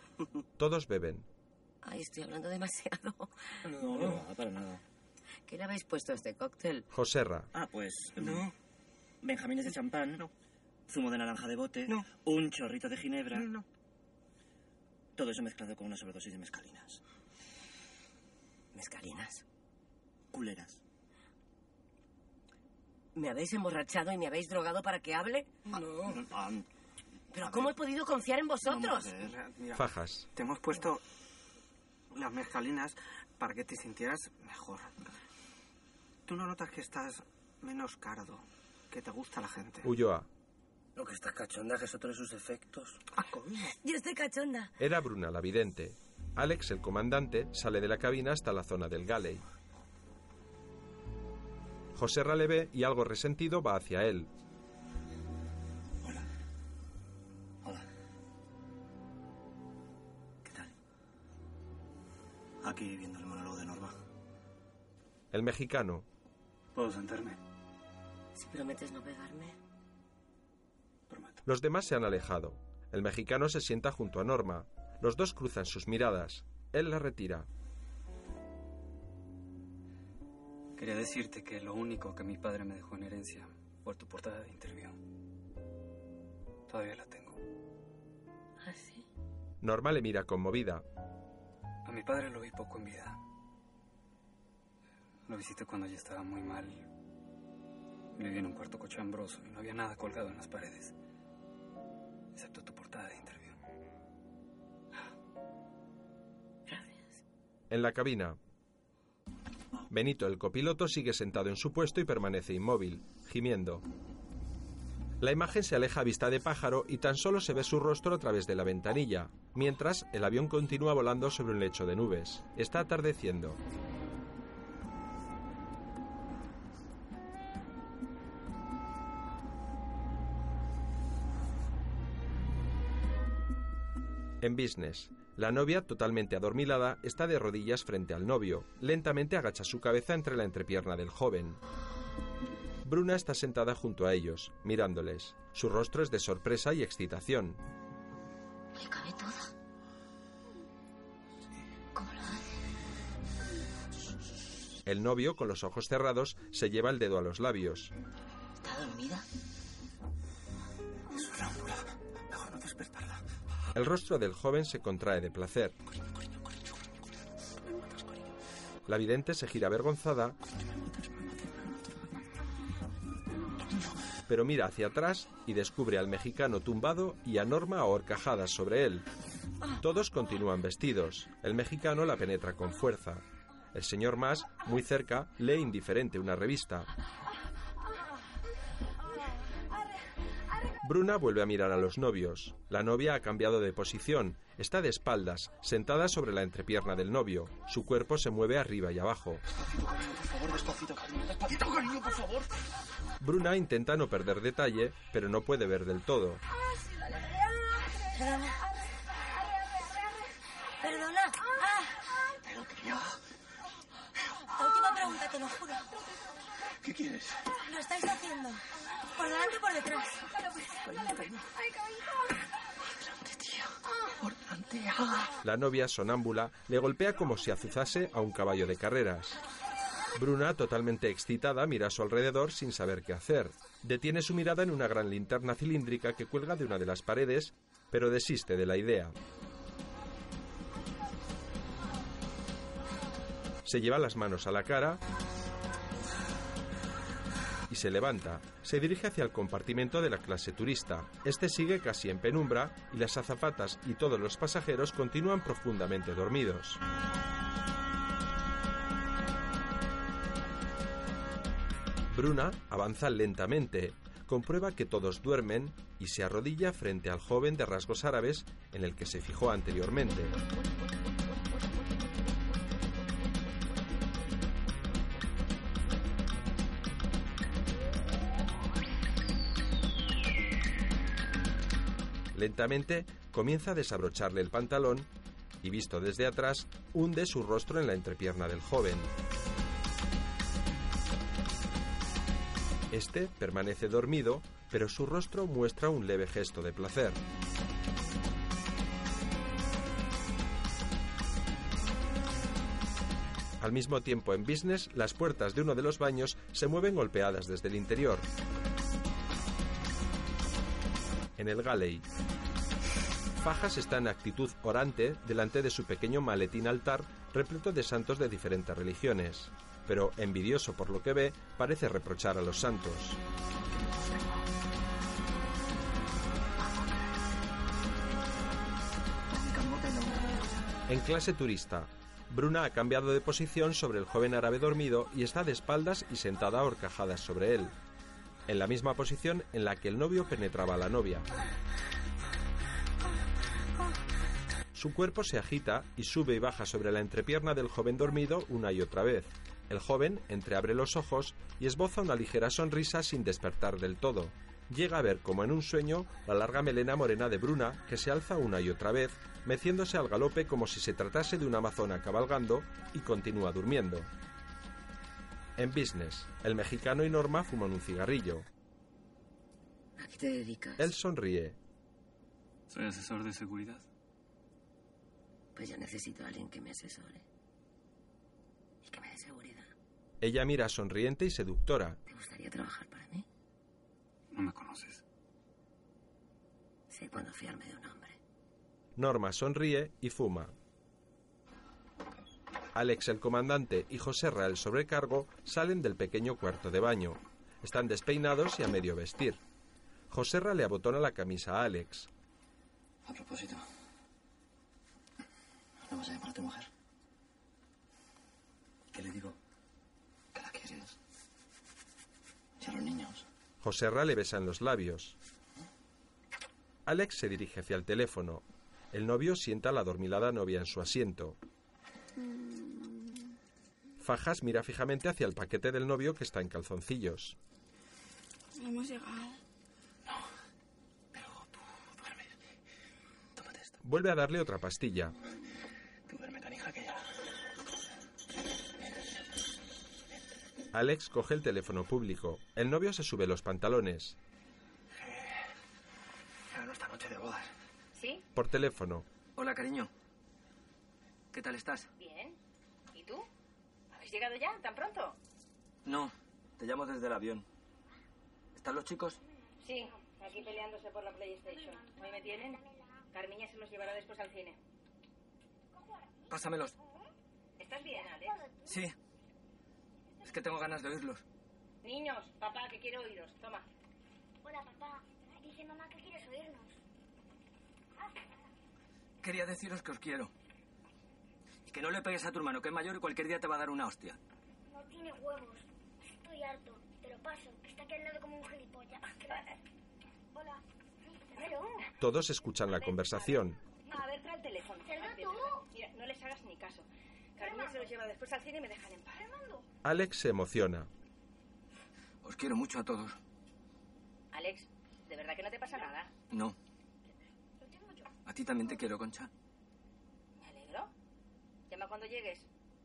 Speaker 1: Todos beben.
Speaker 11: Ay, estoy hablando demasiado. *laughs*
Speaker 18: No, no, nada, para nada.
Speaker 11: ¿Qué le habéis puesto a este cóctel?
Speaker 1: Joserra.
Speaker 18: Ah, pues. No. Benjamines de champán. Zumo de naranja de bote. Un chorrito de ginebra. Todo eso mezclado con una sobredosis de mezcalinas.
Speaker 11: ¿Mezcalinas?
Speaker 18: Culeras.
Speaker 11: ¿Me habéis emborrachado y me habéis drogado para que hable? Ah.
Speaker 18: No.
Speaker 11: ¿Pero cómo he podido confiar en vosotros?
Speaker 3: Mira,
Speaker 1: Fajas.
Speaker 3: Te hemos puesto las mezcalinas para que te sintieras mejor. Tú no notas que estás menos cardo, que te gusta la gente.
Speaker 1: Ulloa.
Speaker 15: Lo que estás cachonda es otro de sus efectos.
Speaker 18: Ah,
Speaker 10: Yo estoy cachonda.
Speaker 1: Era Bruna la vidente. Alex, el comandante, sale de la cabina hasta la zona del galley. José le ve y algo resentido va hacia él.
Speaker 15: Aquí viendo el monólogo de Norma.
Speaker 1: El mexicano.
Speaker 15: ¿Puedo sentarme?
Speaker 11: Si prometes no pegarme.
Speaker 1: Los demás se han alejado. El mexicano se sienta junto a Norma. Los dos cruzan sus miradas. Él la retira.
Speaker 13: Quería decirte que lo único que mi padre me dejó en herencia fue tu portada de interview. Todavía la tengo.
Speaker 11: ¿Ah, sí?
Speaker 1: Norma le mira conmovida.
Speaker 13: A mi padre lo vi poco en vida. Lo visité cuando ya estaba muy mal. Viví en un cuarto cochambroso y no había nada colgado en las paredes. Excepto tu portada de interview.
Speaker 1: En la cabina. Benito, el copiloto, sigue sentado en su puesto y permanece inmóvil, gimiendo. La imagen se aleja a vista de pájaro y tan solo se ve su rostro a través de la ventanilla, mientras el avión continúa volando sobre un lecho de nubes. Está atardeciendo. En business, la novia, totalmente adormilada, está de rodillas frente al novio. Lentamente agacha su cabeza entre la entrepierna del joven. Bruna está sentada junto a ellos, mirándoles. Su rostro es de sorpresa y excitación.
Speaker 10: Me cabe toda.
Speaker 1: El novio, con los ojos cerrados, se lleva el dedo a los labios.
Speaker 10: ¿Está dormida?
Speaker 15: Mejor no despertarla.
Speaker 1: El rostro del joven se contrae de placer. La vidente se gira avergonzada, pero mira hacia atrás y descubre al mexicano tumbado y a Norma ahorcajadas sobre él. Todos continúan vestidos. El mexicano la penetra con fuerza. El señor Mas, muy cerca, lee indiferente una revista. Bruna vuelve a mirar a los novios. La novia ha cambiado de posición. Está de espaldas, sentada sobre la entrepierna del novio. Su cuerpo se mueve arriba y abajo.
Speaker 15: Por favor, despacito, cariño. Despacito, cariño, por favor.
Speaker 1: Bruna intenta no perder detalle, pero no puede ver del todo.
Speaker 10: Perdona. Perdona. Ah. La última pregunta, te lo juro.
Speaker 15: ¿Qué quieres?
Speaker 10: Lo estáis haciendo. Por delante y por detrás.
Speaker 31: Ah.
Speaker 15: ah.
Speaker 1: La novia sonámbula le golpea como si azuzase a un caballo de carreras. Bruna, totalmente excitada, mira a su alrededor sin saber qué hacer. Detiene su mirada en una gran linterna cilíndrica que cuelga de una de las paredes, pero desiste de la idea. Se lleva las manos a la cara y se levanta. Se dirige hacia el compartimento de la clase turista. Este sigue casi en penumbra y las azafatas y todos los pasajeros continúan profundamente dormidos. Bruna avanza lentamente, comprueba que todos duermen y se arrodilla frente al joven de rasgos árabes en el que se fijó anteriormente. Lentamente comienza a desabrocharle el pantalón y, visto desde atrás, hunde su rostro en la entrepierna del joven. Este permanece dormido, pero su rostro muestra un leve gesto de placer. Al mismo tiempo, en business, las puertas de uno de los baños se mueven golpeadas desde el interior. En el galley, Fajas está en actitud orante delante de su pequeño maletín altar repleto de santos de diferentes religiones, pero envidioso por lo que ve, parece reprochar a los santos. En clase turista, Bruna ha cambiado de posición sobre el joven árabe dormido y está de espaldas y sentada horcajadas sobre él, en la misma posición en la que el novio penetraba a la novia. Su cuerpo se agita y sube y baja sobre la entrepierna del joven dormido una y otra vez. El joven entreabre los ojos y esboza una ligera sonrisa sin despertar del todo. Llega a ver, como en un sueño, la larga melena morena de Bruna que se alza una y otra vez, meciéndose al galope como si se tratase de una amazona cabalgando y continúa durmiendo. En business, el mexicano y Norma fuman un cigarrillo.
Speaker 11: ¿A qué te dedicas?
Speaker 1: Él sonríe.
Speaker 32: Soy asesor de seguridad.
Speaker 11: Pues yo necesito a alguien que me asesore. Y que me dé seguridad.
Speaker 1: Ella mira sonriente y seductora.
Speaker 11: ¿Te gustaría trabajar para mí?
Speaker 32: No me conoces.
Speaker 11: Sé cuándo fiarme de un hombre.
Speaker 1: Norma sonríe y fuma. Alex el comandante y José Rael sobrecargo salen del pequeño cuarto de baño. Están despeinados y a medio vestir. José Ra le abotona la camisa a Alex.
Speaker 7: A propósito, ¿no vas a llamar a tu mujer?
Speaker 33: ¿Qué le digo?
Speaker 7: ¿Que la quieres? ¿Y a los niños?
Speaker 1: José Ra le besa en los labios. Alex se dirige hacia el teléfono. El novio sienta a la dormilada novia en su asiento. Fajas mira fijamente hacia el paquete del novio que está en calzoncillos.
Speaker 31: Hemos llegado.
Speaker 1: Vuelve a darle otra pastilla.
Speaker 7: Tú duerme, canija, que ya...
Speaker 1: Alex coge el teléfono público. El novio se sube los pantalones.
Speaker 7: Ya no esta Eh, noche de bodas.
Speaker 2: ¿Sí?
Speaker 1: Por teléfono.
Speaker 7: Hola, cariño. ¿Qué tal estás?
Speaker 2: Bien. ¿Y tú? ¿Habéis llegado ya? ¿Tan pronto?
Speaker 7: No, te llamo desde el avión. ¿Están los chicos?
Speaker 2: Sí, aquí peleándose por la PlayStation. Hoy me tienen. Carmiña se los llevará después al cine.
Speaker 7: Pásamelos.
Speaker 2: ¿Estás bien, Alex?
Speaker 7: Sí. Es que tengo ganas de oírlos.
Speaker 2: Niños, papá, que quiero oíros. Toma.
Speaker 34: Hola, papá. Dice mamá que quieres oírnos. Ah,
Speaker 7: Quería deciros que os quiero. Y que no le pegues a tu hermano, que es mayor y cualquier día te va a dar una hostia.
Speaker 34: No tiene huevos. Estoy harto. Te lo paso, que está aquí al lado como un
Speaker 2: *laughs*
Speaker 34: gilipollas. Hola.
Speaker 1: Todos escuchan la conversación.
Speaker 2: A ver, trae el teléfono.
Speaker 34: ¿Será tú?
Speaker 2: Mira, no les hagas ni caso. Carmiña se los lleva después al cine y me dejan en paz.
Speaker 1: Alex se emociona.
Speaker 7: Os quiero mucho a todos.
Speaker 2: Alex, ¿de verdad que no te pasa nada?
Speaker 7: No. A ti también te quiero, Concha.
Speaker 2: Me alegro. Llama cuando llegues.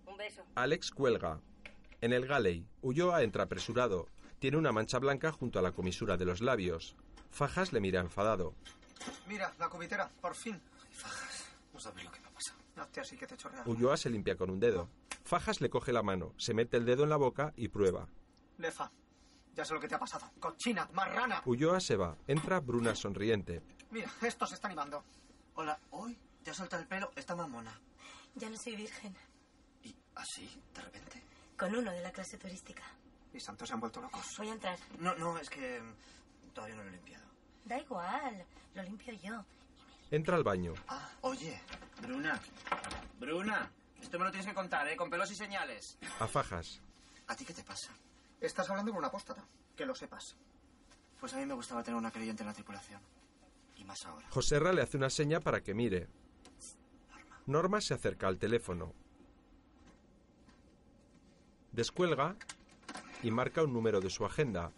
Speaker 2: Un beso.
Speaker 1: Alex cuelga. En el galley, Ulloa entra apresurado. Tiene una mancha blanca junto a la comisura de los labios. Fajas le mira enfadado.
Speaker 3: Mira, la cubitera, por fin.
Speaker 7: No sabes lo que me ha pasado.
Speaker 3: No, hostia, sí que te chorrea.
Speaker 1: Ulloa se limpia con un dedo. Fajas le coge la mano, se mete el dedo en la boca y prueba.
Speaker 3: Lefa, ya sé lo que te ha pasado. Cochina, marrana.
Speaker 1: Ulloa se va. Entra Bruna sonriente.
Speaker 3: Mira, esto se está animando.
Speaker 7: Hola, hoy te ha soltado el pelo esta mamona.
Speaker 11: Ya no soy virgen.
Speaker 7: ¿Y así, de repente?
Speaker 11: Con uno de la clase turística.
Speaker 3: Mis santos se han vuelto locos.
Speaker 11: Voy a entrar.
Speaker 7: No, no, es que mm, todavía no lo he limpiado.
Speaker 11: Da igual. Lo limpio yo.
Speaker 1: Entra al baño.
Speaker 3: Ah,
Speaker 7: Oye,
Speaker 33: Bruna. Bruna. Esto me lo tienes que contar, ¿eh? Con pelos y señales.
Speaker 1: A Fajas.
Speaker 7: ¿A ti qué te pasa?
Speaker 3: Estás hablando con una apóstata, que lo sepas.
Speaker 7: Pues a mí me gustaba tener una creyente en la tripulación. Y más ahora.
Speaker 1: Joserra le hace una seña para que mire. Norma se acerca al teléfono. Descuelga y marca un número de su agenda.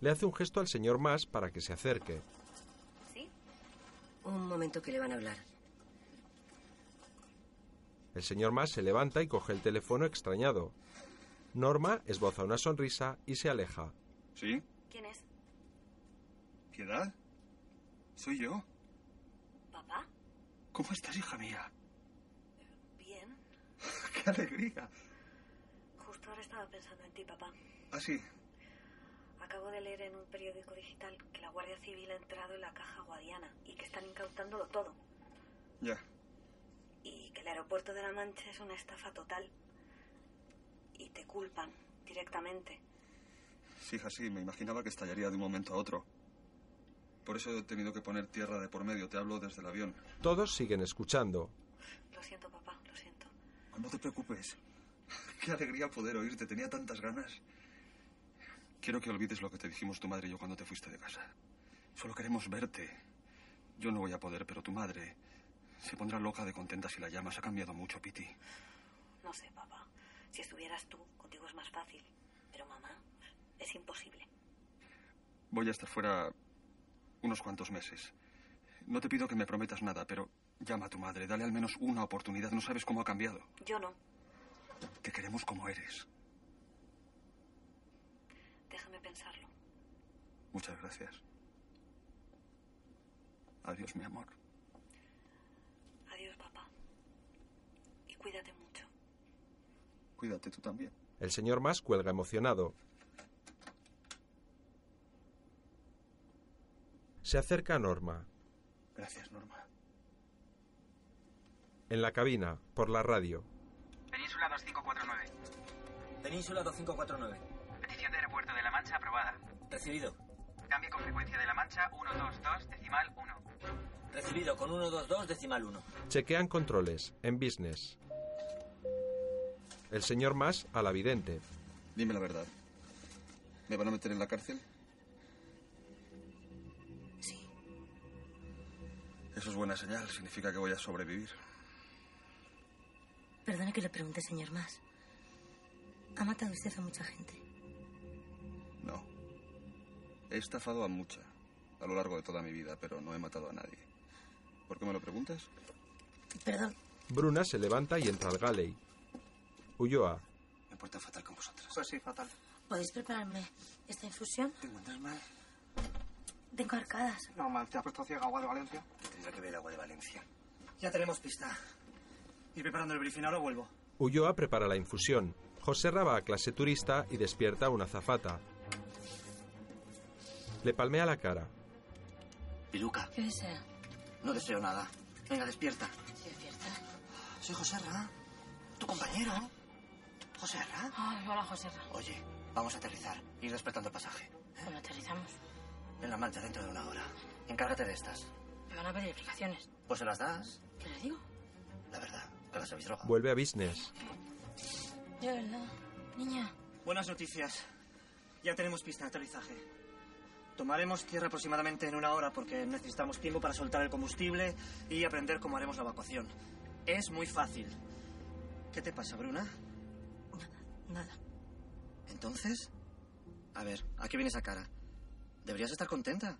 Speaker 1: Le hace un gesto al señor Mas para que se acerque.
Speaker 11: Un momento que le van a hablar.
Speaker 1: El señor Mas se levanta y coge el teléfono extrañado. Norma esboza una sonrisa y se aleja.
Speaker 14: ¿Sí?
Speaker 2: ¿Quién es?
Speaker 14: ¿Piedad? Soy yo.
Speaker 2: ¿Papá?
Speaker 14: ¿Cómo estás, hija mía?
Speaker 2: Bien.
Speaker 14: *laughs* ¡Qué alegría!
Speaker 2: Justo ahora estaba pensando en ti, papá.
Speaker 14: Así.
Speaker 2: Acabo de leer en un periódico digital que la Guardia Civil ha entrado en la caja guadiana y que están incautándolo todo.
Speaker 14: ya.
Speaker 2: Y que el aeropuerto de La Mancha es una estafa total. Y te culpan directamente.
Speaker 14: Sí, hija, sí. Me imaginaba que estallaría de un momento a otro. Por eso he tenido que poner tierra de por medio. Te hablo desde el avión.
Speaker 1: Todos siguen escuchando.
Speaker 20: Lo siento, papá, lo siento.
Speaker 14: No te preocupes. Qué alegría poder oírte. Tenía tantas ganas. Quiero que olvides lo que te dijimos tu madre y yo cuando te fuiste de casa. Solo queremos verte. Yo no voy a poder, pero tu madre se pondrá loca de contenta si la llamas. Ha cambiado mucho, Piti.
Speaker 20: No sé, papá. Si estuvieras tú, contigo es más fácil. Pero mamá, es imposible.
Speaker 14: Voy a estar fuera unos cuantos meses. No te pido que me prometas nada, pero llama a tu madre, dale al menos una oportunidad. No sabes cómo ha cambiado.
Speaker 20: Yo no.
Speaker 14: Te queremos como eres.
Speaker 20: Déjame pensarlo.
Speaker 14: Muchas gracias. Adiós, mi amor.
Speaker 20: Adiós, papá. Y cuídate mucho.
Speaker 14: Cuídate tú también.
Speaker 1: El señor Mas cuelga emocionado. Se acerca a Norma.
Speaker 14: Gracias, Norma.
Speaker 1: En la cabina, por la radio.
Speaker 4: Península 2549.
Speaker 8: Península 2549.
Speaker 4: Petición de aeropuerto de La Mancha aprobada.
Speaker 8: Recibido.
Speaker 4: Cambio con frecuencia de La Mancha 122 decimal 1.
Speaker 8: Recibido con 122 decimal 1.
Speaker 1: Chequean controles, en business. El señor Mas a la vidente.
Speaker 14: Dime la verdad. ¿Me van a meter en la cárcel?
Speaker 11: Sí.
Speaker 14: Eso es buena señal. Significa que voy a sobrevivir.
Speaker 10: Perdone que le pregunte, señor Mas. ¿Ha matado usted a mucha gente?
Speaker 14: No. He estafado a mucha a lo largo de toda mi vida, pero no he matado a nadie. ¿Por qué me lo preguntas?
Speaker 10: Perdón.
Speaker 1: Bruna se levanta y entra al galley. Ulloa,
Speaker 14: Me porté fatal con vosotras.
Speaker 3: Pues sí, fatal.
Speaker 10: ¿Podéis prepararme esta infusión?
Speaker 14: ¿Te encuentras mal?
Speaker 10: Tengo arcadas.
Speaker 3: No, mal, te has puesto ciega agua de Valencia.
Speaker 15: Tendrá que ver el agua de Valencia.
Speaker 18: Ya tenemos pista.
Speaker 15: Y preparando el briefing, ahora vuelvo.
Speaker 1: Ulloa prepara la infusión. José va a clase turista y despierta a una azafata. Le palmea la cara.
Speaker 7: Piluca.
Speaker 10: ¿Qué desea?
Speaker 7: No deseo nada. Venga, despierta. Ah,
Speaker 10: ¿Se despierta?
Speaker 7: Soy José Ra. Tu compañero. José Ra.
Speaker 10: Ay, hola, José Ra.
Speaker 7: Oye, vamos a aterrizar. Ir respetando el pasaje.
Speaker 10: Bueno, aterrizamos.
Speaker 7: En la mancha dentro de una hora. Encárgate de estas.
Speaker 10: Me van a pedir explicaciones.
Speaker 7: Pues se las das,
Speaker 10: ¿Qué les digo?
Speaker 7: la verdad. Que las habéis drogado.
Speaker 1: Vuelve a business.
Speaker 10: Yo, ¿verdad? Niña.
Speaker 18: Buenas noticias. Ya tenemos pista de aterrizaje. Tomaremos tierra aproximadamente en una hora porque necesitamos tiempo para soltar el combustible y aprender cómo haremos la evacuación. Es muy fácil. ¿Qué te pasa, Bruna?
Speaker 10: Nada.
Speaker 7: Entonces, a ver, ¿a qué viene esa cara? Deberías estar contenta.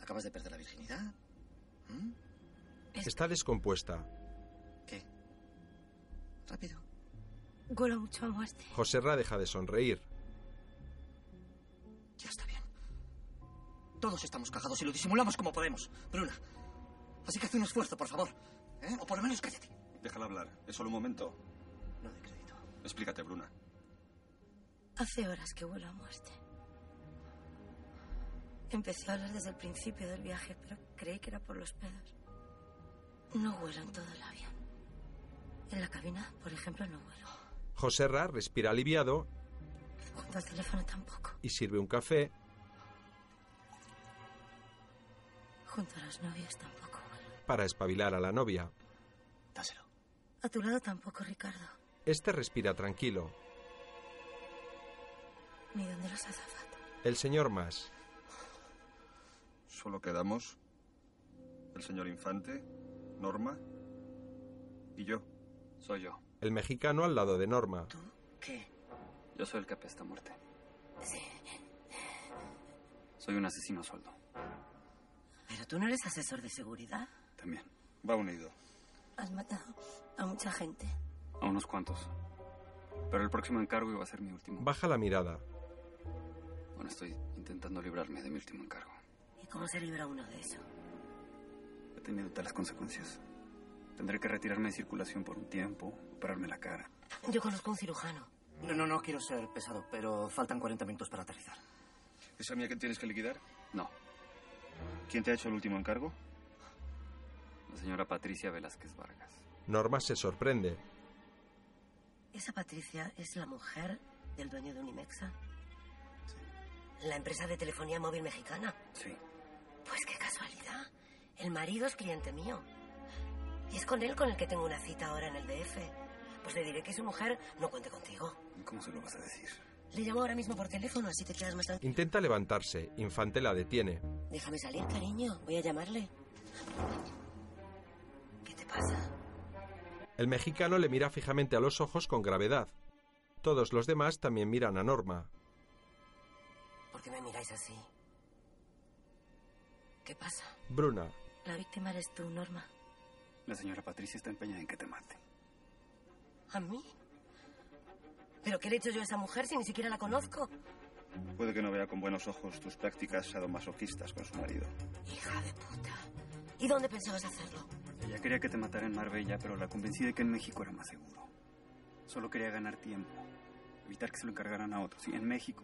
Speaker 7: Acabas de perder la virginidad.
Speaker 1: Está descompuesta.
Speaker 7: Rápido.
Speaker 10: Huelo mucho a muerte.
Speaker 1: José Ra deja de sonreír.
Speaker 7: Ya está bien.
Speaker 18: Todos estamos cajados y lo disimulamos como podemos, Bruna. Así que haz un esfuerzo, por favor. ¿eh? O por lo menos cállate.
Speaker 14: Déjala hablar. Es solo un momento.
Speaker 7: No doy crédito.
Speaker 14: Explícate, Bruna.
Speaker 10: Hace horas que huelo a muerte. Empecé a hablar desde el principio del viaje, pero creí que era por los pedos. No huelo en todo el avión. En la cabina, por ejemplo, no huelo.
Speaker 1: José Ra respira aliviado
Speaker 10: Junto al teléfono tampoco.
Speaker 1: y sirve un café.
Speaker 10: Junto a los novios tampoco.
Speaker 1: para espabilar a la novia.
Speaker 10: A tu lado tampoco, Ricardo.
Speaker 1: Este respira tranquilo.
Speaker 10: Ni donde los azafatas.
Speaker 1: El señor más.
Speaker 14: Solo quedamos el señor Infante, Norma y yo.
Speaker 13: Soy yo.
Speaker 1: El mexicano al lado de Norma.
Speaker 10: ¿Qué?
Speaker 13: Yo soy el que apesta a muerte. Soy un asesino a sueldo.
Speaker 10: ¿Pero tú no eres asesor de seguridad?
Speaker 13: También.
Speaker 14: Va unido.
Speaker 10: Has matado a mucha gente.
Speaker 13: A unos cuantos. Pero el próximo encargo iba a ser mi último.
Speaker 1: Baja la mirada.
Speaker 13: Bueno, estoy intentando librarme de mi último encargo.
Speaker 10: ¿Y cómo se libra uno de eso?
Speaker 13: He tenido tales consecuencias. Tendré que retirarme de circulación por un tiempo, operarme la cara.
Speaker 10: Yo conozco a un cirujano.
Speaker 7: No, no, no quiero ser pesado, pero faltan 40 minutos para aterrizar.
Speaker 14: ¿Esa mía que tienes que liquidar?
Speaker 13: No.
Speaker 14: ¿Quién te ha hecho el último encargo?
Speaker 13: La señora Patricia Velázquez Vargas.
Speaker 1: Norma se sorprende.
Speaker 10: Esa Patricia es la mujer del dueño de Unimexa. La empresa de telefonía móvil mexicana.
Speaker 13: Sí.
Speaker 11: Pues qué casualidad. El marido es cliente mío. Y es con él con el que tengo una cita ahora en el DF. Pues le diré que su mujer no cuente contigo.
Speaker 13: ¿Cómo se lo vas a decir?
Speaker 11: Le llamo ahora mismo por teléfono, así te quedas más tranquilo.
Speaker 1: Intenta levantarse. Infante la detiene.
Speaker 11: Déjame salir, cariño. Voy a llamarle. ¿Qué te pasa?
Speaker 1: El mexicano le mira fijamente a los ojos con gravedad. Todos los demás también miran a Norma.
Speaker 11: ¿Por qué me miráis así? ¿Qué pasa?
Speaker 1: Bruna,
Speaker 11: La víctima eres tú, Norma.
Speaker 13: La señora Patricia está empeñada en que te mate.
Speaker 11: ¿A mí? ¿Pero qué le he hecho yo a esa mujer si ni siquiera la conozco?
Speaker 14: Puede que no vea con buenos ojos tus prácticas sadomasoquistas con su marido.
Speaker 11: ¿Y dónde pensabas hacerlo?
Speaker 13: Ella quería que te matara en Marbella, pero la convencí de que en México era más seguro. Solo quería ganar tiempo, evitar que se lo encargaran a otros. Y en México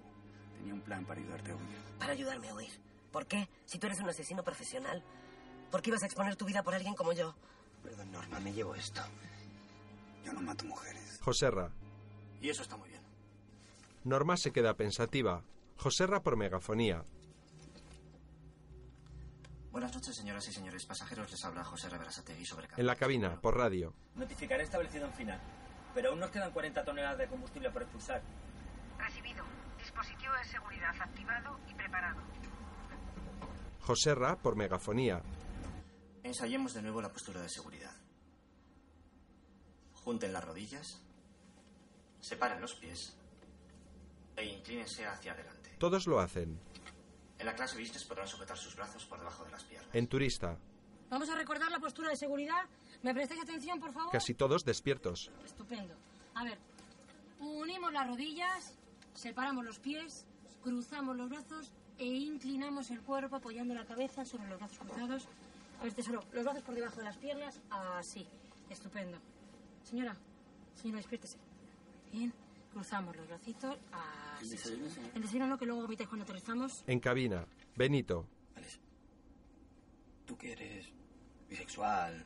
Speaker 13: tenía un plan para ayudarte a huir.
Speaker 11: Para ayudarme a huir. ¿Por qué? Si tú eres un asesino profesional. ¿Por qué ibas a exponer tu vida por alguien como yo?
Speaker 35: Perdón, Norma, me llevo esto. Yo no mato mujeres.
Speaker 1: Joserra.
Speaker 35: Y eso está muy bien.
Speaker 1: Norma se queda pensativa. Joserra por megafonía.
Speaker 36: Buenas noches, señoras y señores pasajeros. Les habla José Reberasategui sobre
Speaker 1: En la cabina, por radio.
Speaker 37: Notificaré establecido en final. Pero aún nos quedan 40 toneladas de combustible por expulsar.
Speaker 38: Recibido. Dispositivo de seguridad activado y preparado.
Speaker 1: Joserra por megafonía.
Speaker 36: Ensayemos de nuevo la postura de seguridad. Junten las rodillas, separen los pies e inclínense hacia adelante.
Speaker 1: Todos lo hacen.
Speaker 36: En la clase business podrán sujetar sus brazos por debajo de las piernas.
Speaker 1: En turista.
Speaker 2: Vamos a recordar la postura de seguridad. ¿Me prestáis atención, por favor?
Speaker 1: Casi todos despiertos.
Speaker 2: Estupendo. A ver, unimos las rodillas, separamos los pies, cruzamos los brazos e inclinamos el cuerpo apoyando la cabeza sobre los brazos cruzados. A ver, tesoro, los brazos por debajo de las piernas, así. Estupendo. Señora, señora, despiértese. Bien, cruzamos los bracitos, así. El desayuno lo que luego vomitáis cuando aterrizamos.
Speaker 1: En cabina. Benito.
Speaker 35: Tú que eres bisexual.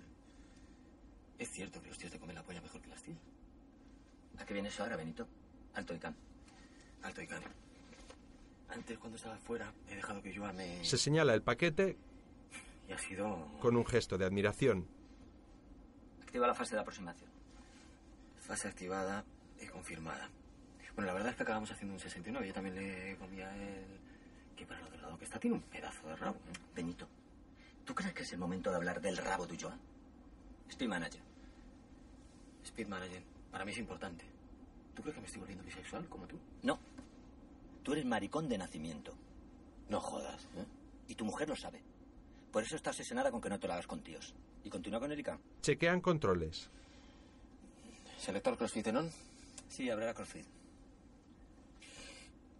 Speaker 35: Es cierto que los tíos te comen la polla mejor que las tías. ¿A qué viene eso ahora, Benito? Alto y can. Alto y can. Antes, cuando estaba fuera, he dejado que yo me.
Speaker 1: Se señala el paquete
Speaker 35: Y ha sido.
Speaker 1: con un gesto de admiración.
Speaker 35: Activa la fase de aproximación. Fase activada y confirmada. Bueno, la verdad es que acabamos haciendo un 69. Yo también le comía el. Que para lo del lado que está, tiene un pedazo de rabo. Benito, ¿tú crees que es el momento de hablar del rabo tuyo? Speed manager. Speed manager. Para mí es importante. ¿Tú crees que me estoy volviendo bisexual como tú? No.
Speaker 7: Tú eres maricón de nacimiento.
Speaker 35: No jodas. ¿eh?
Speaker 7: Y tu mujer lo sabe. Por eso está obsesionada con que no te lo hagas con tíos. Y continúa con Erika.
Speaker 1: Chequean controles.
Speaker 35: ¿Selector CrossFit Enon? Sí, habrá CrossFit.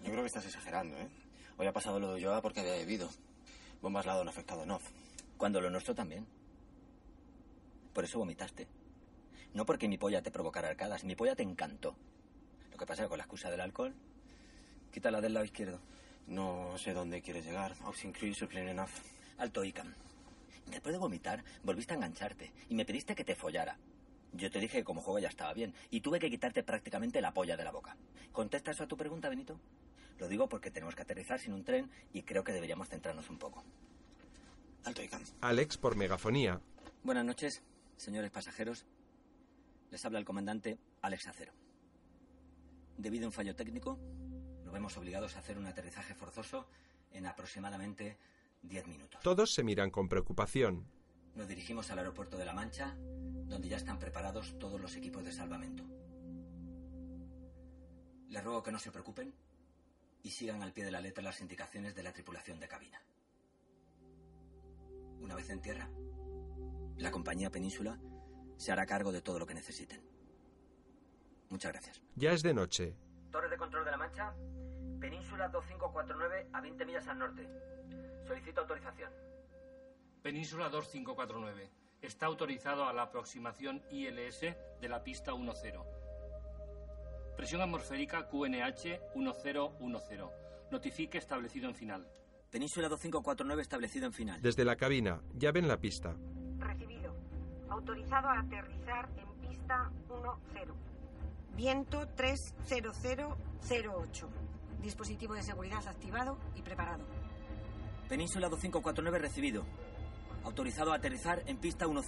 Speaker 35: Yo creo que estás exagerando, ¿eh? Hoy ha pasado lo de Ulloa porque había bebido. Bombas la han afectado no.
Speaker 7: Cuando lo nuestro también. Por eso vomitaste. No porque mi polla te provocara arcadas, mi polla te encantó. Lo que pasa es que con la excusa del alcohol, quítala del lado izquierdo.
Speaker 35: No sé dónde quieres llegar. Oxen Discipline enough.
Speaker 7: Alto Icam. Después de vomitar, volviste a engancharte y me pediste que te follara. Yo te dije que como juego ya estaba bien y tuve que quitarte prácticamente la polla de la boca. ¿Contesta eso a tu pregunta, Benito? Lo digo porque tenemos que aterrizar sin un tren y creo que deberíamos centrarnos un poco.
Speaker 35: Alto Icam.
Speaker 1: Alex por megafonía.
Speaker 7: Buenas noches, señores pasajeros. Les habla el comandante Alex Acero. Debido a un fallo técnico, nos vemos obligados a hacer un aterrizaje forzoso en aproximadamente 10 minutos.
Speaker 1: Todos se miran con preocupación.
Speaker 7: Nos dirigimos al aeropuerto de La Mancha, donde ya están preparados todos los equipos de salvamento. Les ruego que no se preocupen y sigan al pie de la letra las indicaciones de la tripulación de cabina. Una vez en tierra, la compañía Península se hará cargo de todo lo que necesiten. Muchas gracias.
Speaker 1: Ya es de noche.
Speaker 37: Torre de control de la Mancha, península 2549 a 20 millas al norte. Solicito autorización.
Speaker 39: Península 2549. Está autorizado a la aproximación ILS de la pista 10. Presión atmosférica QNH 1010. Notifique establecido en final.
Speaker 7: Península 2549 establecido en final.
Speaker 1: Desde la cabina, ya ven la pista.
Speaker 38: Recibido. Autorizado a aterrizar en pista 10.
Speaker 2: Viento 30008. Dispositivo de seguridad activado y preparado.
Speaker 7: Península 2549 recibido. Autorizado a aterrizar en pista 10.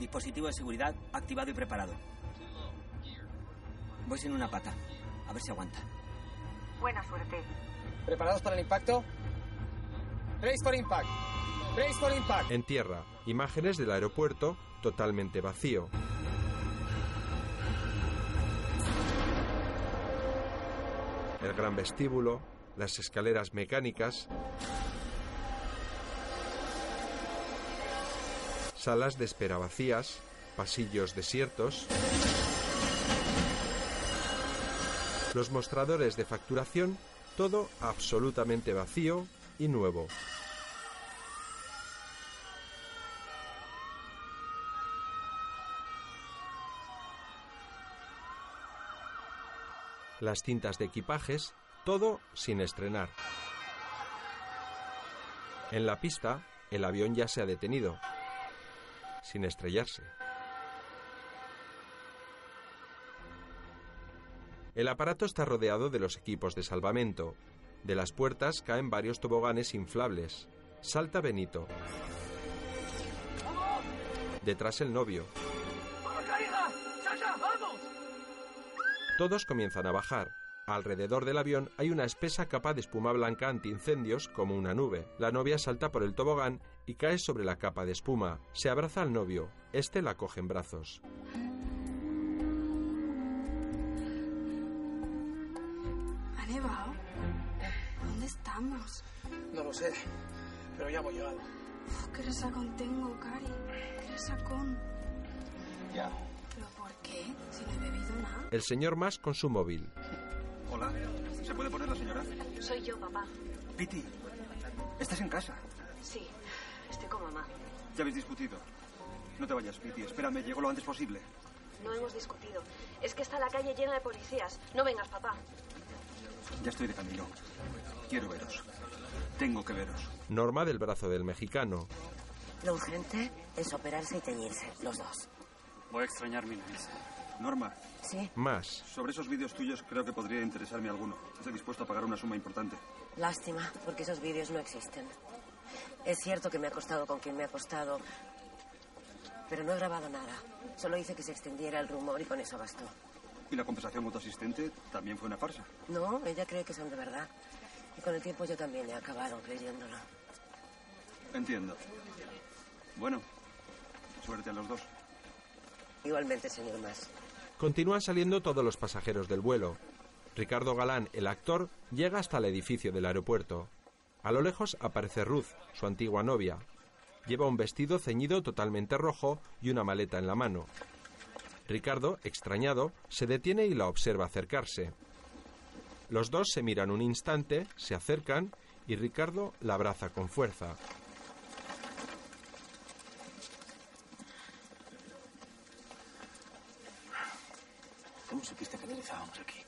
Speaker 7: Dispositivo de seguridad activado y preparado. Voy sin una pata. A ver si aguanta.
Speaker 2: Buena suerte.
Speaker 19: ¿Preparados para el impacto? Brace for impact. Brace for impact.
Speaker 1: En tierra, imágenes del aeropuerto totalmente vacío. El gran vestíbulo, las escaleras mecánicas, salas de espera vacías, pasillos desiertos, los mostradores de facturación, todo absolutamente vacío y nuevo. Las cintas de equipajes, todo sin estrenar. En la pista, el avión ya se ha detenido, sin estrellarse. El aparato está rodeado de los equipos de salvamento. De las puertas caen varios toboganes inflables. Salta Benito. Detrás el novio.
Speaker 15: ¡Vamos, hija! ¡Sasha, vamos!
Speaker 1: Todos comienzan a bajar. Alrededor del avión hay una espesa capa de espuma blanca antiincendios como una nube. La novia salta por el tobogán y cae sobre la capa de espuma. Se abraza al novio. Este la coge en brazos.
Speaker 2: ¿Ha nevado? ¿Dónde estamos?
Speaker 19: No lo sé, pero ya hemos llegado.
Speaker 2: Uf, qué resacón tengo, Cari. Qué resacón.
Speaker 19: Ya.
Speaker 2: ¿Pero por qué? Si no he bebido nada.
Speaker 1: El señor más con su móvil.
Speaker 14: Hola, ¿se puede poner la señora?
Speaker 40: Soy yo, papá.
Speaker 14: Piti, estás en casa.
Speaker 40: Sí, estoy con mamá.
Speaker 14: Ya habéis discutido. No te vayas, Piti. Espérame, llego lo antes posible.
Speaker 40: No hemos discutido. Es que está la calle llena de policías. No vengas, papá.
Speaker 14: Ya estoy de camino. Quiero veros. Tengo que veros.
Speaker 1: Norma del brazo del mexicano.
Speaker 11: Lo urgente es operarse y teñirse, los dos.
Speaker 41: Voy a extrañar mi nariz.
Speaker 14: Norma,
Speaker 11: Sí,
Speaker 1: Más.
Speaker 14: sobre esos vídeos tuyos creo que podría interesarme alguno. Estoy dispuesto a pagar una suma importante.
Speaker 11: lástima, porque esos vídeos no existen. Es cierto que me ha costado con quien me ha costado, pero no he grabado nada. Solo hice que se extendiera el rumor y con eso bastó.
Speaker 14: Y la compensación con tu asistente también fue una farsa.
Speaker 11: No, ella cree que son de verdad. Y con el tiempo yo también he acabado creyéndolo.
Speaker 14: Entiendo. Bueno, suerte a los dos.
Speaker 11: Igualmente, señor Más.
Speaker 1: Continúan saliendo todos los pasajeros del vuelo. Ricardo Galán, el actor, llega hasta el edificio del aeropuerto. A lo lejos aparece Ruth, su antigua novia. Lleva un vestido ceñido totalmente rojo y una maleta en la mano. Ricardo, extrañado, se detiene y la observa acercarse. Los dos se miran un instante, se acercan y Ricardo la abraza con fuerza.
Speaker 19: ¿Cómo supiste que aterrizábamos aquí?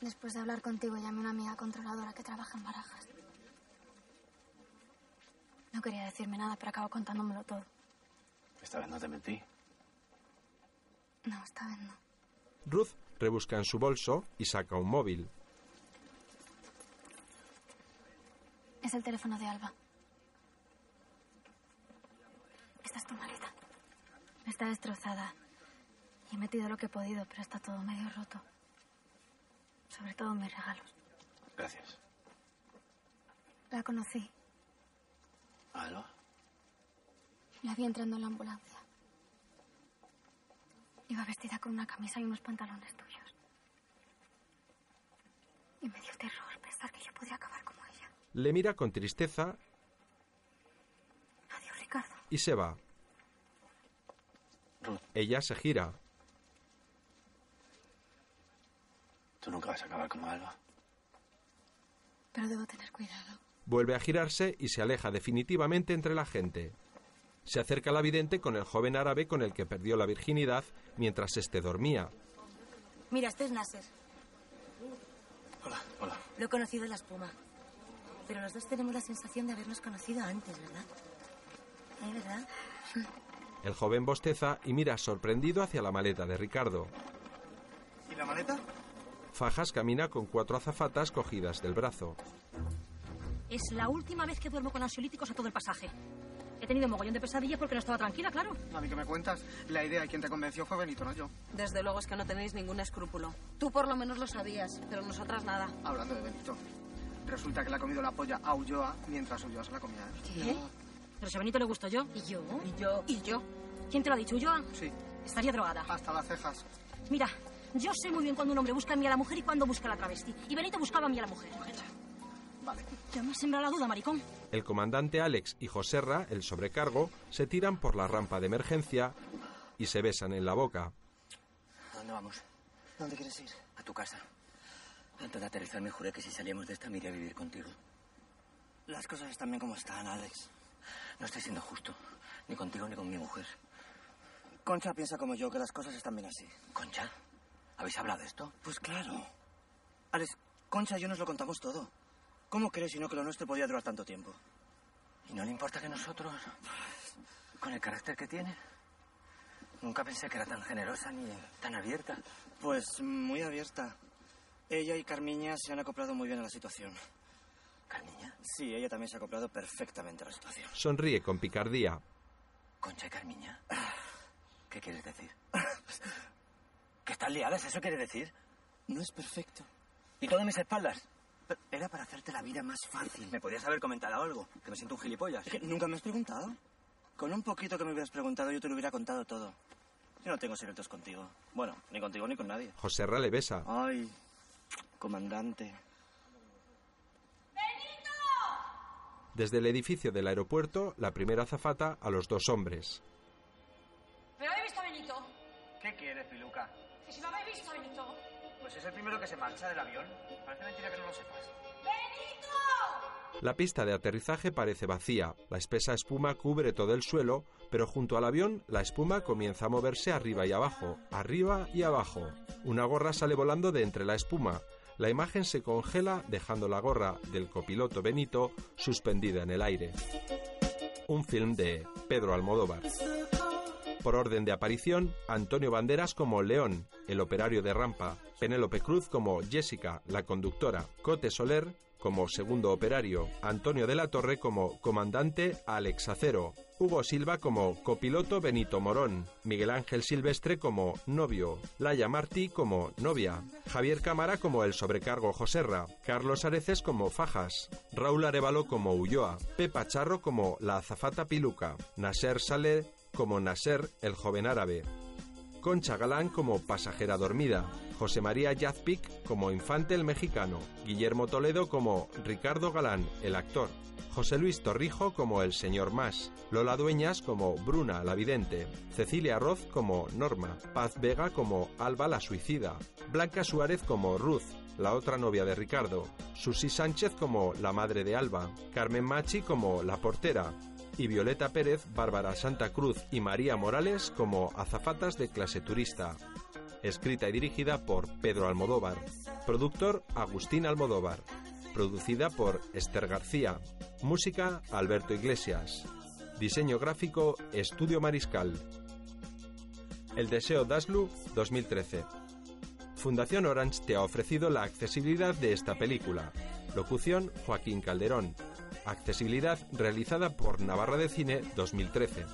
Speaker 21: Después de hablar contigo, llamé a una amiga controladora que trabaja en barajas. No quería decirme nada, pero acabó contándomelo todo.
Speaker 19: Esta vez no te mentí.
Speaker 21: No, esta vez no.
Speaker 1: Ruth rebusca en su bolso y saca un móvil.
Speaker 21: Es el teléfono de Alba. Esta es tu maleta. Está destrozada. Y he metido lo que he podido, pero está todo medio roto. Sobre todo mis regalos.
Speaker 19: Gracias.
Speaker 21: La conocí.
Speaker 19: ¿Alba?
Speaker 21: La vi entrando en la ambulancia. Iba vestida con una camisa y unos pantalones tuyos. Y me dio terror pensar que yo podía acabar como ella.
Speaker 1: Le mira con tristeza
Speaker 21: Adiós, Ricardo.
Speaker 1: y se va. Ella se gira.
Speaker 19: Tú nunca vas a acabar como Alba.
Speaker 21: Pero debo tener cuidado.
Speaker 1: Vuelve a girarse y se aleja definitivamente entre la gente. Se acerca la vidente con el joven árabe con el que perdió la virginidad mientras éste dormía.
Speaker 10: Mira, este es Nasser.
Speaker 19: Hola, hola.
Speaker 10: Lo he conocido en la espuma. Pero los dos tenemos la sensación de habernos conocido antes, ¿verdad? ¿Eh, verdad?
Speaker 1: El joven bosteza y mira sorprendido hacia la maleta de Ricardo.
Speaker 42: ¿Y la maleta?
Speaker 1: Fajas camina con cuatro azafatas cogidas del brazo.
Speaker 2: Es la última vez que duermo con ansiolíticos a todo el pasaje. He tenido mogollón de pesadillas porque no estaba tranquila, claro.
Speaker 3: A mí que me cuentas, la idea y quien te convenció fue Benito, no yo.
Speaker 16: Desde luego es que no tenéis ningún escrúpulo. Tú por lo menos lo sabías, pero nosotras nada.
Speaker 3: Hablando de Benito, resulta que le ha comido la polla a Ulloa mientras Ulloa se la comía ¿eh? a él.
Speaker 2: ¿Qué? Pero si a Benito le gusto yo. ¿Y yo?
Speaker 3: ¿Y yo?
Speaker 2: ¿Y yo? ¿Quién te lo ha dicho, Ulloa?
Speaker 3: Sí.
Speaker 2: Estaría drogada.
Speaker 3: Hasta las cejas.
Speaker 2: Mira, yo sé muy bien cuando un hombre busca a mí a la mujer y cuando busca a la travesti. Y Benito buscaba a mí a la mujer.
Speaker 3: Vale.
Speaker 2: Ya me has sembrado la duda, maricón.
Speaker 1: El comandante Alex y Joserra, el sobrecargo, se tiran por la rampa de emergencia y se besan en la boca.
Speaker 5: ¿A dónde vamos?
Speaker 7: ¿Dónde quieres ir?
Speaker 5: A tu casa. Antes de aterrizar me juré que si salíamos de esta me iría a vivir contigo.
Speaker 7: Las cosas están bien como están, Alex.
Speaker 5: No estoy siendo justo. Ni contigo ni con mi mujer.
Speaker 7: Concha piensa como yo, que las cosas están bien así.
Speaker 5: ¿Concha? ¿Habéis hablado de esto?
Speaker 7: Pues claro. Alex, Concha y yo nos lo contamos todo. ¿Cómo crees sino que lo nuestro podía durar tanto tiempo?
Speaker 5: ¿Y no le importa que nosotros, con el carácter que tiene, nunca pensé que era tan generosa ni tan abierta?
Speaker 7: Pues muy abierta. Ella y Carmiña se han acoplado muy bien a la situación.
Speaker 5: ¿Carmiña?
Speaker 7: Sí, ella también se ha acoplado perfectamente a la situación.
Speaker 1: Sonríe con picardía.
Speaker 5: ¿Concha y Carmiña? ¿Qué quieres decir? ¿Que están liadas? ¿Eso quiere decir?
Speaker 7: No es perfecto.
Speaker 5: ¿Y todas mis espaldas?
Speaker 7: Pero era para hacerte la vida más fácil.
Speaker 5: ¿Me podías haber comentado algo? Que me siento un gilipollas.
Speaker 7: ¿Es que ¿Nunca me has preguntado? Con un poquito que me hubieras preguntado yo te lo hubiera contado todo. Yo no tengo secretos contigo. Bueno, ni contigo ni con nadie.
Speaker 1: Joserra le besa.
Speaker 7: Ay, comandante.
Speaker 1: Desde el edificio del aeropuerto, la primera azafata a los dos hombres.
Speaker 2: Pero he visto a Benito.
Speaker 4: ¿Qué quieres, Piluca?
Speaker 2: Que si lo habéis visto a Benito.
Speaker 4: Pues es el primero que se marcha del avión. Parece mentira que no lo sepas.
Speaker 1: La pista de aterrizaje parece vacía, la espesa espuma cubre todo el suelo, pero junto al avión la espuma comienza a moverse arriba y abajo, arriba y abajo. Una gorra sale volando de entre la espuma. La imagen se congela dejando la gorra del copiloto Benito suspendida en el aire. Un film de Pedro Almodóvar. Por orden de aparición, Antonio Banderas como León, el operario de rampa, Penélope Cruz como Jessica, la conductora, Cote Soler como segundo operario, Antonio de la Torre como comandante Alex Acero, Hugo Silva como copiloto Benito Morón, Miguel Ángel Silvestre como novio, Laia Martí como novia, Javier Cámara como el sobrecargo Joserra, Carlos Areces como Fajas, Raúl Arevalo como Ulloa, Pepa Charro como la azafata Piluca, Nasser Saleh como Nasser el joven árabe, Concha Galán como pasajera dormida, José María Yazpic como infante el mexicano, Guillermo Toledo como Ricardo Galán el actor, José Luis Torrijo como el señor Más, Lola Dueñas como Bruna la vidente, Cecilia Roz como Norma, Paz Vega como Alba la suicida, Blanca Suárez como Ruth, la otra novia de Ricardo, Susi Sánchez como la madre de Alba, Carmen Machi como la portera, y Violeta Pérez, Bárbara Santa Cruz y María Morales como azafatas de clase turista. Escrita y dirigida por Pedro Almodóvar. Productor Agustín Almodóvar. Producida por Esther García. Música Alberto Iglesias. Diseño gráfico Estudio Mariscal. El Deseo Daslu 2013. Fundación Orange te ha ofrecido la accesibilidad de esta película. Locución Joaquín Calderón. Accesibilidad realizada por Navarra de Cine 2013.